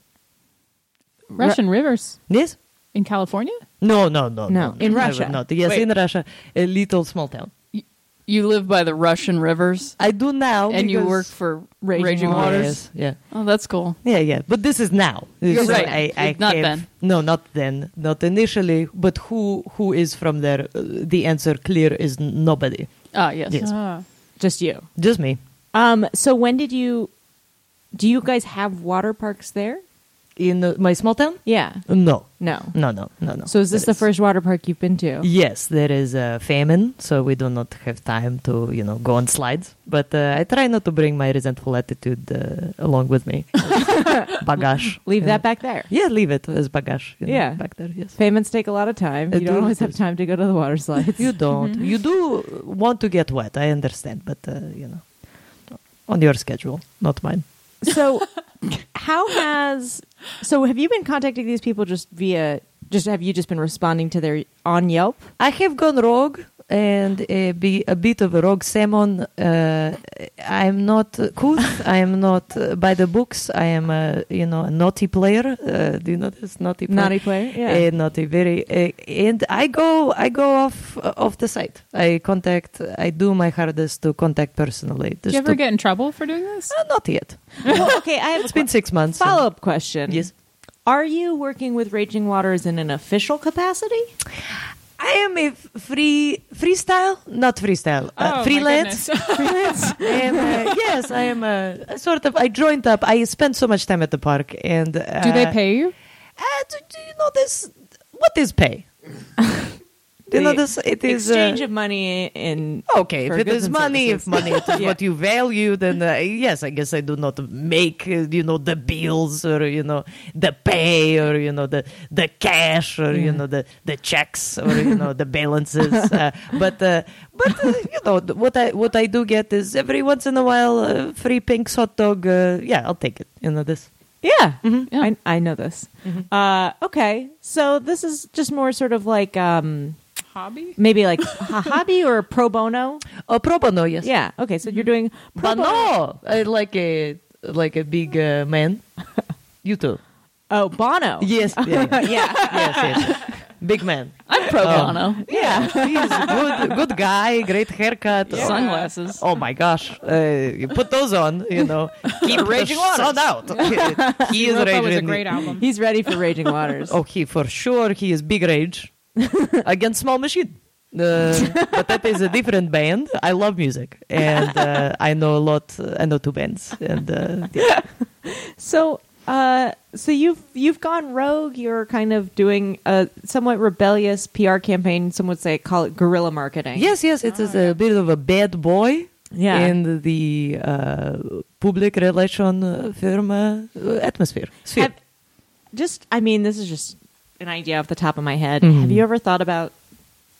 Russian rivers Yes? in California. No, no, no, No, no. in never Russia. Not. Yes, Wait. in Russia, a little small town. You live by the Russian rivers, I do now, and you Oh, because- work for Raging, Raging Waters. Waters, yeah. Oh, that's cool. Yeah, yeah, but this is now. You're So right. I, I It's not have- then. No, not then. Not initially. But who who is from there? Uh, the answer clear is n- nobody. Ah, yes. Yes. Ah. Just you. Just me. Um, so when did you? Do you guys have water parks there? In uh, my small town? Yeah. No. No. No, no, no, no. So is this There the first water park you've been to? Yes, there is a famine, so we do not have time to, you know, go on slides. But uh, I try not to bring my resentful attitude uh, along with me. bagage. Leave you that know. back there. Yeah, leave it as bagage. you know, Yeah. back there. Yes. Payments take a lot of time. Uh, You don't do- always have time to go to the water slides. You don't. Mm-hmm. You do want to get wet. I understand, but uh, you know, on your schedule, not mine. so how has so have you been contacting these people just via just have you just been responding to their on Yelp? I have gone rogue and uh, be a bit of a rogue salmon. Uh, I'm not cool. I am not uh, by the books. I am a you know a naughty player. Uh, do you know this naughty player? Naughty player, yeah. Uh, naughty, very. Uh, and I go I go off uh, off the site. I contact. I do my hardest to contact personally. Do Just you ever to- get in trouble for doing this? Uh, not yet. well, okay, I have It's been six months. and- follow up question. Yes. Are you working with Raging Waters in an official capacity? I am a f- free freestyle, not freestyle, Oh, my uh, freelance. goodness. freelance. I am, uh, yes, I am a, sort of. I joined up. I spent so much time at the park, and uh, Do they pay you? Uh, do, do you know this? What is pay? do you know this? It is uh, exchange of money in Okay, for if it goods is and money, services. if money it is Yeah. what you value, then uh, yes, I guess I do not make uh, you know the bills or you know the pay or you know the the cash or you know the the checks or you know the balances. Uh, but uh, but uh, you know th- what I what I do get is every once in a while uh, free pink hot dog. Uh, yeah, I'll take it. You know this. Yeah, Mm-hmm. I, I know this. Uh, okay, so this is just more sort of like um, Hobby? maybe like a hobby or pro bono. Oh, pro bono, yes. Yeah. Okay, so you're doing pro bono. bono, uh, like a like a big uh, man. you too. Oh, bono. Yes. yeah, yeah. Yeah. yes, yes. Big man. I'm pro bono. Yeah, he's a good, good guy, great haircut. Sunglasses. Oh my gosh, uh, you put those on, you know. Keep raging on. Sun out. he is Europa raging. was a great album. He's ready for Raging Waters. Oh, he for sure he is big rage against small machine. Uh, but that is a different band. I love music, and uh, I know a lot. I know two bands, and uh, yeah. So, uh, so you've you've gone rogue. You're kind of doing a somewhat rebellious PR campaign. Some would say call it guerrilla marketing. Yes, yes, it is a bit of a bad boy Ah, Yeah. in the uh, public relation uh, firm uh, atmosphere. Sphere. Have- just, I mean, this is just an idea off the top of my head. Mm-hmm. Have you ever thought about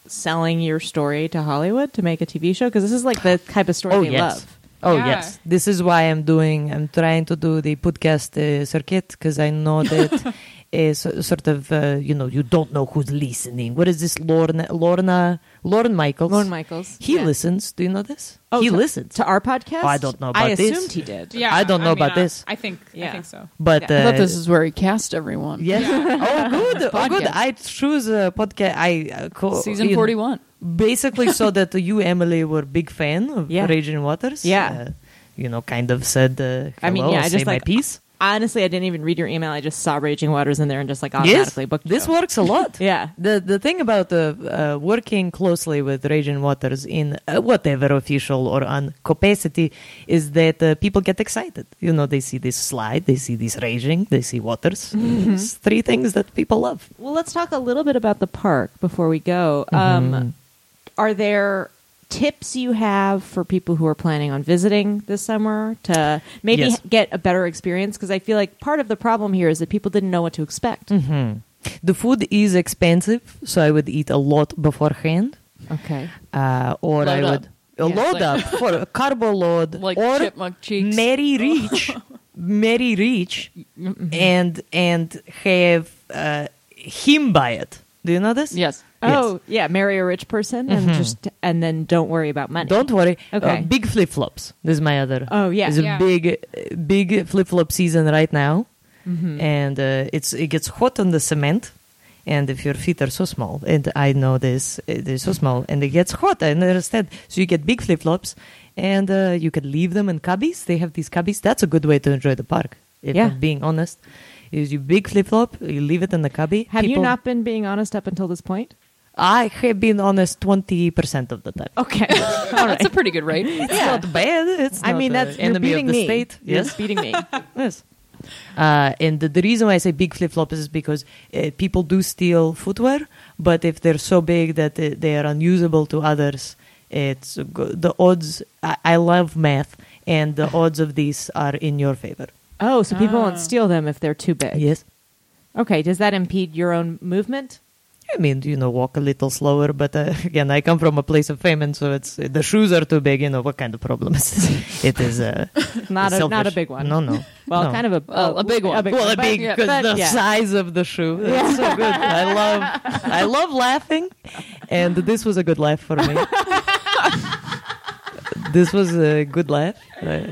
selling your story to Hollywood to make a TV show? Because this is like the type of story oh they yes, love. oh Yeah. yes. This is why I'm doing. I'm trying to do the podcast uh, circuit because I know that is sort of uh, you know you don't know who's listening. What is this, Lorna? Lorna? Lauren Michaels. Lauren Michaels, He yeah. listens. Do you know this? Oh, he to- listens. to our podcast. Oh, I don't know I about this. assumed he did. Yeah, I don't know about uh, this. I think, I Yeah. think so. but I uh, thought this is where he cast everyone. Yes. Oh, good. Oh, good. Podcast. I choose a podcast. I uh, co- Season you know, 41. Basically, so that you, Emily, were big fan of Yeah. Raging Waters. Yeah. Uh, you know, kind of said, uh, hello, I mean, yeah, I say just my like piece. Honestly, I didn't even read your email. I just saw Raging Waters in there and just like Yes, automatically booked this you. works a lot. Yeah. The the thing about uh, uh, working closely with Raging Waters in uh, whatever official or on capacity is that uh, people get excited. You know, they see this slide, they see this Raging, they see Waters. Mm-hmm. It's three things that people love. Well, let's talk a little bit about the park before we go. Mm-hmm. Um, are there tips you have for people who are planning on visiting this summer to maybe Yes. get a better experience? Because I feel like part of the problem here is that people didn't know what to expect. Mm-hmm. The food is expensive, so I would eat a lot beforehand, Okay. uh, or Load I up. would a Yeah, load like- up for a carbo load Like or chipmunk cheeks. Mary Rich very rich Mm-hmm. and and have uh, him buy it. Do you know this? Yes. Oh yeah, marry a rich person and Mhm. just and then don't worry about money. Don't worry. Okay. Uh, big flip flops. This is my other. Oh, yeah. It's a Yeah. big, uh, big flip flop season right now, Mhm. and uh, it's it gets hot on the cement. And if your feet are so small, and I know this, uh, they're so small, and it gets hot. I understand. So you get big flip flops, and uh, you can leave them in cubbies. They have these cubbies. That's a good way to enjoy the park. If Yeah. I'm being honest, is you big flip flop, you leave it in the cubby. Have you People- not been being honest up until this point? I have been honest twenty percent of the time. Okay, That's a pretty good rate. It's not bad. It's I not, mean uh, that's you're enemy beating of the me. state. You're Yes. beating me. yes. Uh, and the, the reason why I say big flip flops is because uh, people do steal footwear, but if they're so big that uh, they are unusable to others, it's go- the odds. I, I love math, and the odds of these are in your favor. Oh, so people won't steal them if they're too big. Yes. Okay, does that impede your own movement? I mean, you know, walk a little slower, but uh, again, I come from a place of famine, so it's uh, the shoes are too big. You know, what kind of problem is this? It is uh, Not a, not a selfish. big one. No, no. Well, No. kind of a Well, a big one. well, one, a but- big yeah, because but the yeah. size of the shoe. That's so good. I love, I love laughing, and this was a good laugh for me. this was a good laugh. I-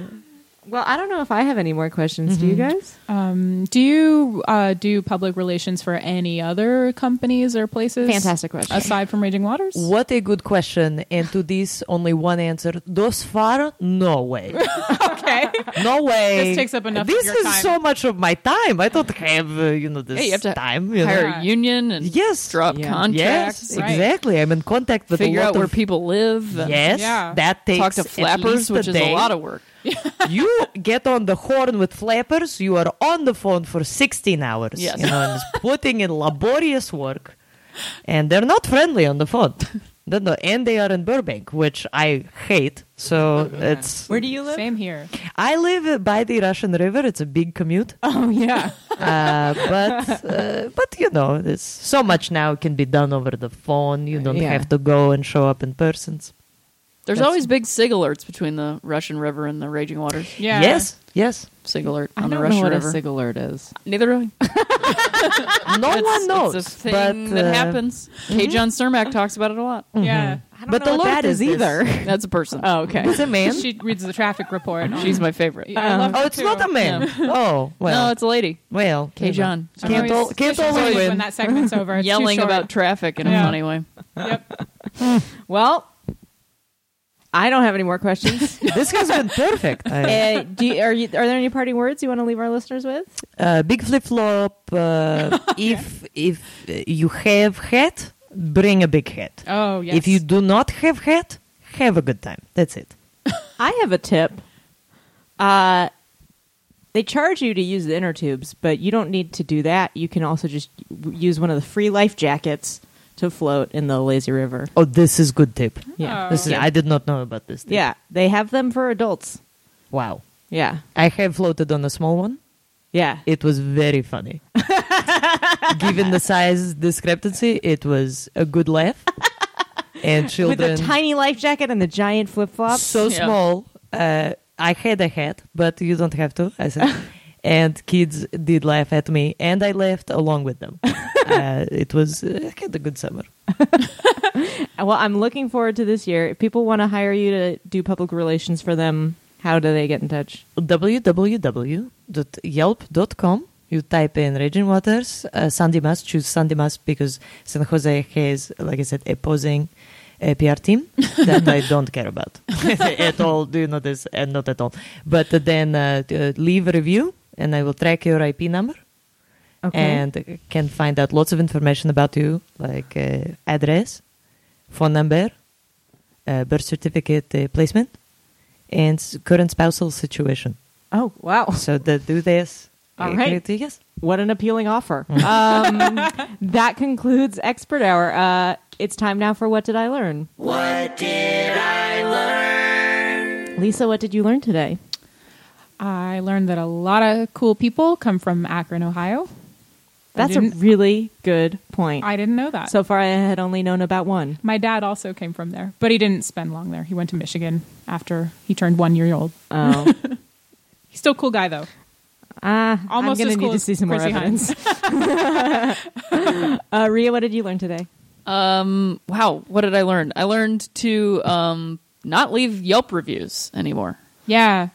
Well, I don't know if I have any more questions. Do you guys? Um, do you uh, do public relations for any other companies or places? Fantastic question. Aside from Raging Waters, What a good question! And to this, only one answer. Thus far, no way. okay. No way. This takes up enough of This your is time. so much of my time. I don't have uh, you know this Hey, you have to time. you know. hire a union and Yes. drop Yeah. contracts. Yes, right? exactly. I'm in contact with Figure a lot out where of people live. and Yes, Yeah. that takes Talk to at least flappers, which a is day. a lot of work. you get on the horn with flappers, you are on the phone for 16 hours. Yes. You know, and it's putting in laborious work. And they're not friendly on the phone. No, no, and they are in Burbank, which I hate. So it's. Where do you live? Same here. I live uh, by the Russian River. It's a big commute. Oh yeah. Uh, but, uh, but you know, it's, so much now can be done over the phone. You don't Yeah. have to go and show up in person. There's That's- always big sig alerts between the Russian River and the Raging Waters. Yeah. Yes, yes. Sig alert I on the don't Russian know what River. a sig alert is. Neither do I. No Ah, It's- one knows. It's a thing but, that uh, happens. K. John Cermak talks about it a lot. Yeah. I don't Mm-hmm. But know the what alert that is is this. either. That's a person. Oh, okay. It's a man. She reads the traffic report. She's my favorite. I love Oh, her it's too. not a man. Oh, well. no, it's a lady well. K. you know. John. I'm Can't always all- can't suspicious all always women. when that segment's over. It's too yelling short. about traffic in Yeah. a funny way. Yep. Well, I don't have any more questions. This has been perfect. I- uh, do you, are you, are there any parting words you want to leave our listeners with? uh, big flip flop. Uh, if if uh, you have hat, bring a big hat. Oh yes. If you do not have hat, have a good time. That's it. I have a tip. Uh, they charge you to use the inner tubes, but you don't need to do that. You can also just w- use one of the free life jackets to float in the lazy river. Oh, this is good tip. Oh. Yeah. This is, I did not know about this. Tip. Yeah, they have them for adults. Wow. Yeah. I have floated on a small one. Yeah. It was very funny. Given the size discrepancy, it was a good laugh. And With children the tiny life jacket and the giant flip flops. so Yeah. small. Uh, I had a hat, but you don't have to. I said, and kids did laugh at me, and I laughed along with them. uh, it was uh, I had a good summer. well, I'm looking forward to this year. If people want to hire you to do public relations for them, how do they get in touch? www.yelp.com. You type in Raging Waters, uh, Sandy Mas. Choose Sandy Mas because San Jose has, like I said, opposing uh, PR team that I don't care about at all. Do you know this? And not at all. But then uh, uh, leave a review, and I will track your IP number and can find out lots of information about you, like uh, address, phone number, uh, birth certificate uh, placement, and s- current spousal situation. oh, wow. So they do this. All Uh, right. Yes. What an appealing offer. um, that concludes Expert Hour. Uh, it's time now for What Did I Learn? What did I learn? Lisa, what did you learn today? I learned that a lot of cool people come from Akron, Ohio. That's a didn't- really good point. I didn't know that. so far, I had only known about one. my dad also came from there, but he didn't spend long there. He went to Michigan after he turned one year old. Oh. He's still a cool guy though. Ah, Almost I'm as gonna cool need to as see some more Chrissy evidence. Hines. uh, Ria, what did you learn today? Um, wow, what did I learn? I learned to um, not leave Yelp reviews anymore. Yeah.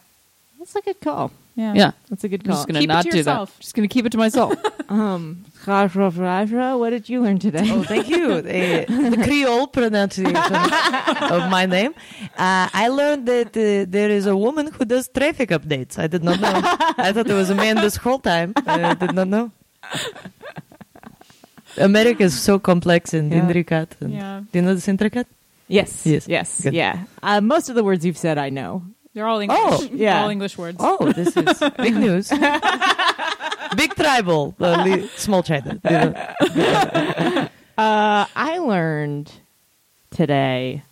That's a good call. Yeah. Yeah. That's a good I'm call. just going Keep it not to do yourself. that. Just going to keep it to myself. Um, what did you learn today? Oh, thank you. Eh, the Creole pronunciation of my name. Uh, I learned that uh, there is a woman who does traffic updates. I did not know. I thought there was a man this whole time. I did not know. America is so complex and Yeah. intricate. And, Yeah. Do you know this intricate? Yes. Yes. Yes. Good. Yeah. Uh, most of the words you've said, I know. They're all English. Oh, yeah. All English words. Oh, this is big news. big tribal, uh, li- small China. you know. Uh, I learned today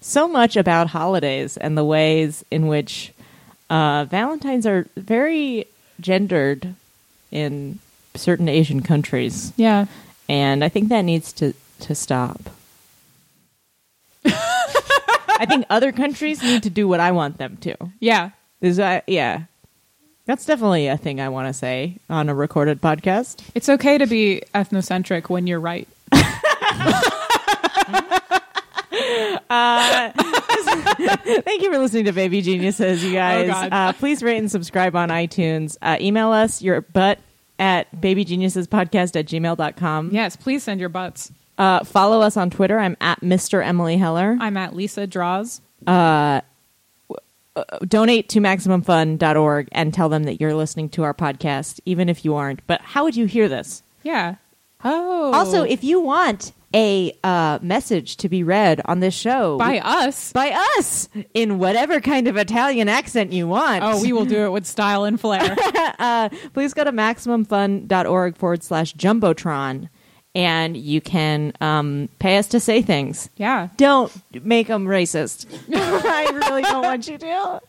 so much about holidays and the ways in which uh, Valentines are very gendered in certain Asian countries, Yeah. and I think that needs to to stop. I think other countries need to do what I want them to. Yeah. Is that yeah? That's definitely a thing I want to say on a recorded podcast. It's okay to be ethnocentric when you're right. Thank you for listening to Baby Geniuses, you guys. Oh, God. uh, please rate and subscribe on iTunes. Uh, email us your butt at babygeniusespodcast at gmail.com. Yes, please send your butts. Uh, follow us on Twitter. I'm at Mr. Emily Heller. I'm at Lisa Draws. Donate to MaximumFun.org and tell them that you're listening to our podcast, even if you aren't. But how would you hear this? Yeah. Oh. Also, if you want a uh, message to be read on this show by us. by us in whatever kind of Italian accent you want. Oh, we will do it with style and flair. please go to maximumfun.org forward slash jumbotron and you can um, pay us to say things Yeah. don't make them racist i really don't want you to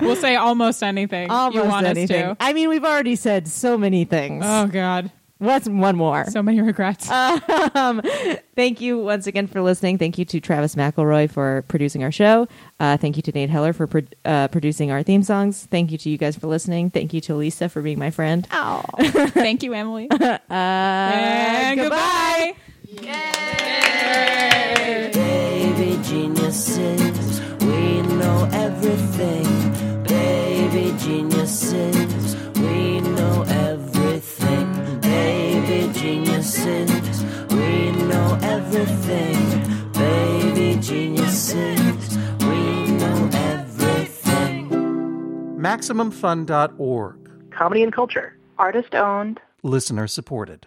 We'll say almost anything you almost want anything us to. i mean we've already said so many things Oh God. what's one more So many regrets. Uh, thank you once again for listening thank you to travis mcelroy for producing our show uh, thank you to nate heller for pro- uh, producing our theme songs thank you to you guys for listening thank you to lisa for being my friend Thank you, Emily. uh, and goodbye. Baby geniuses, we know everything. Baby geniuses, we know everything. Baby geniuses, we know everything. Baby geniuses, we know everything. MaximumFun.org. Comedy and culture. Artist owned. Listener supported.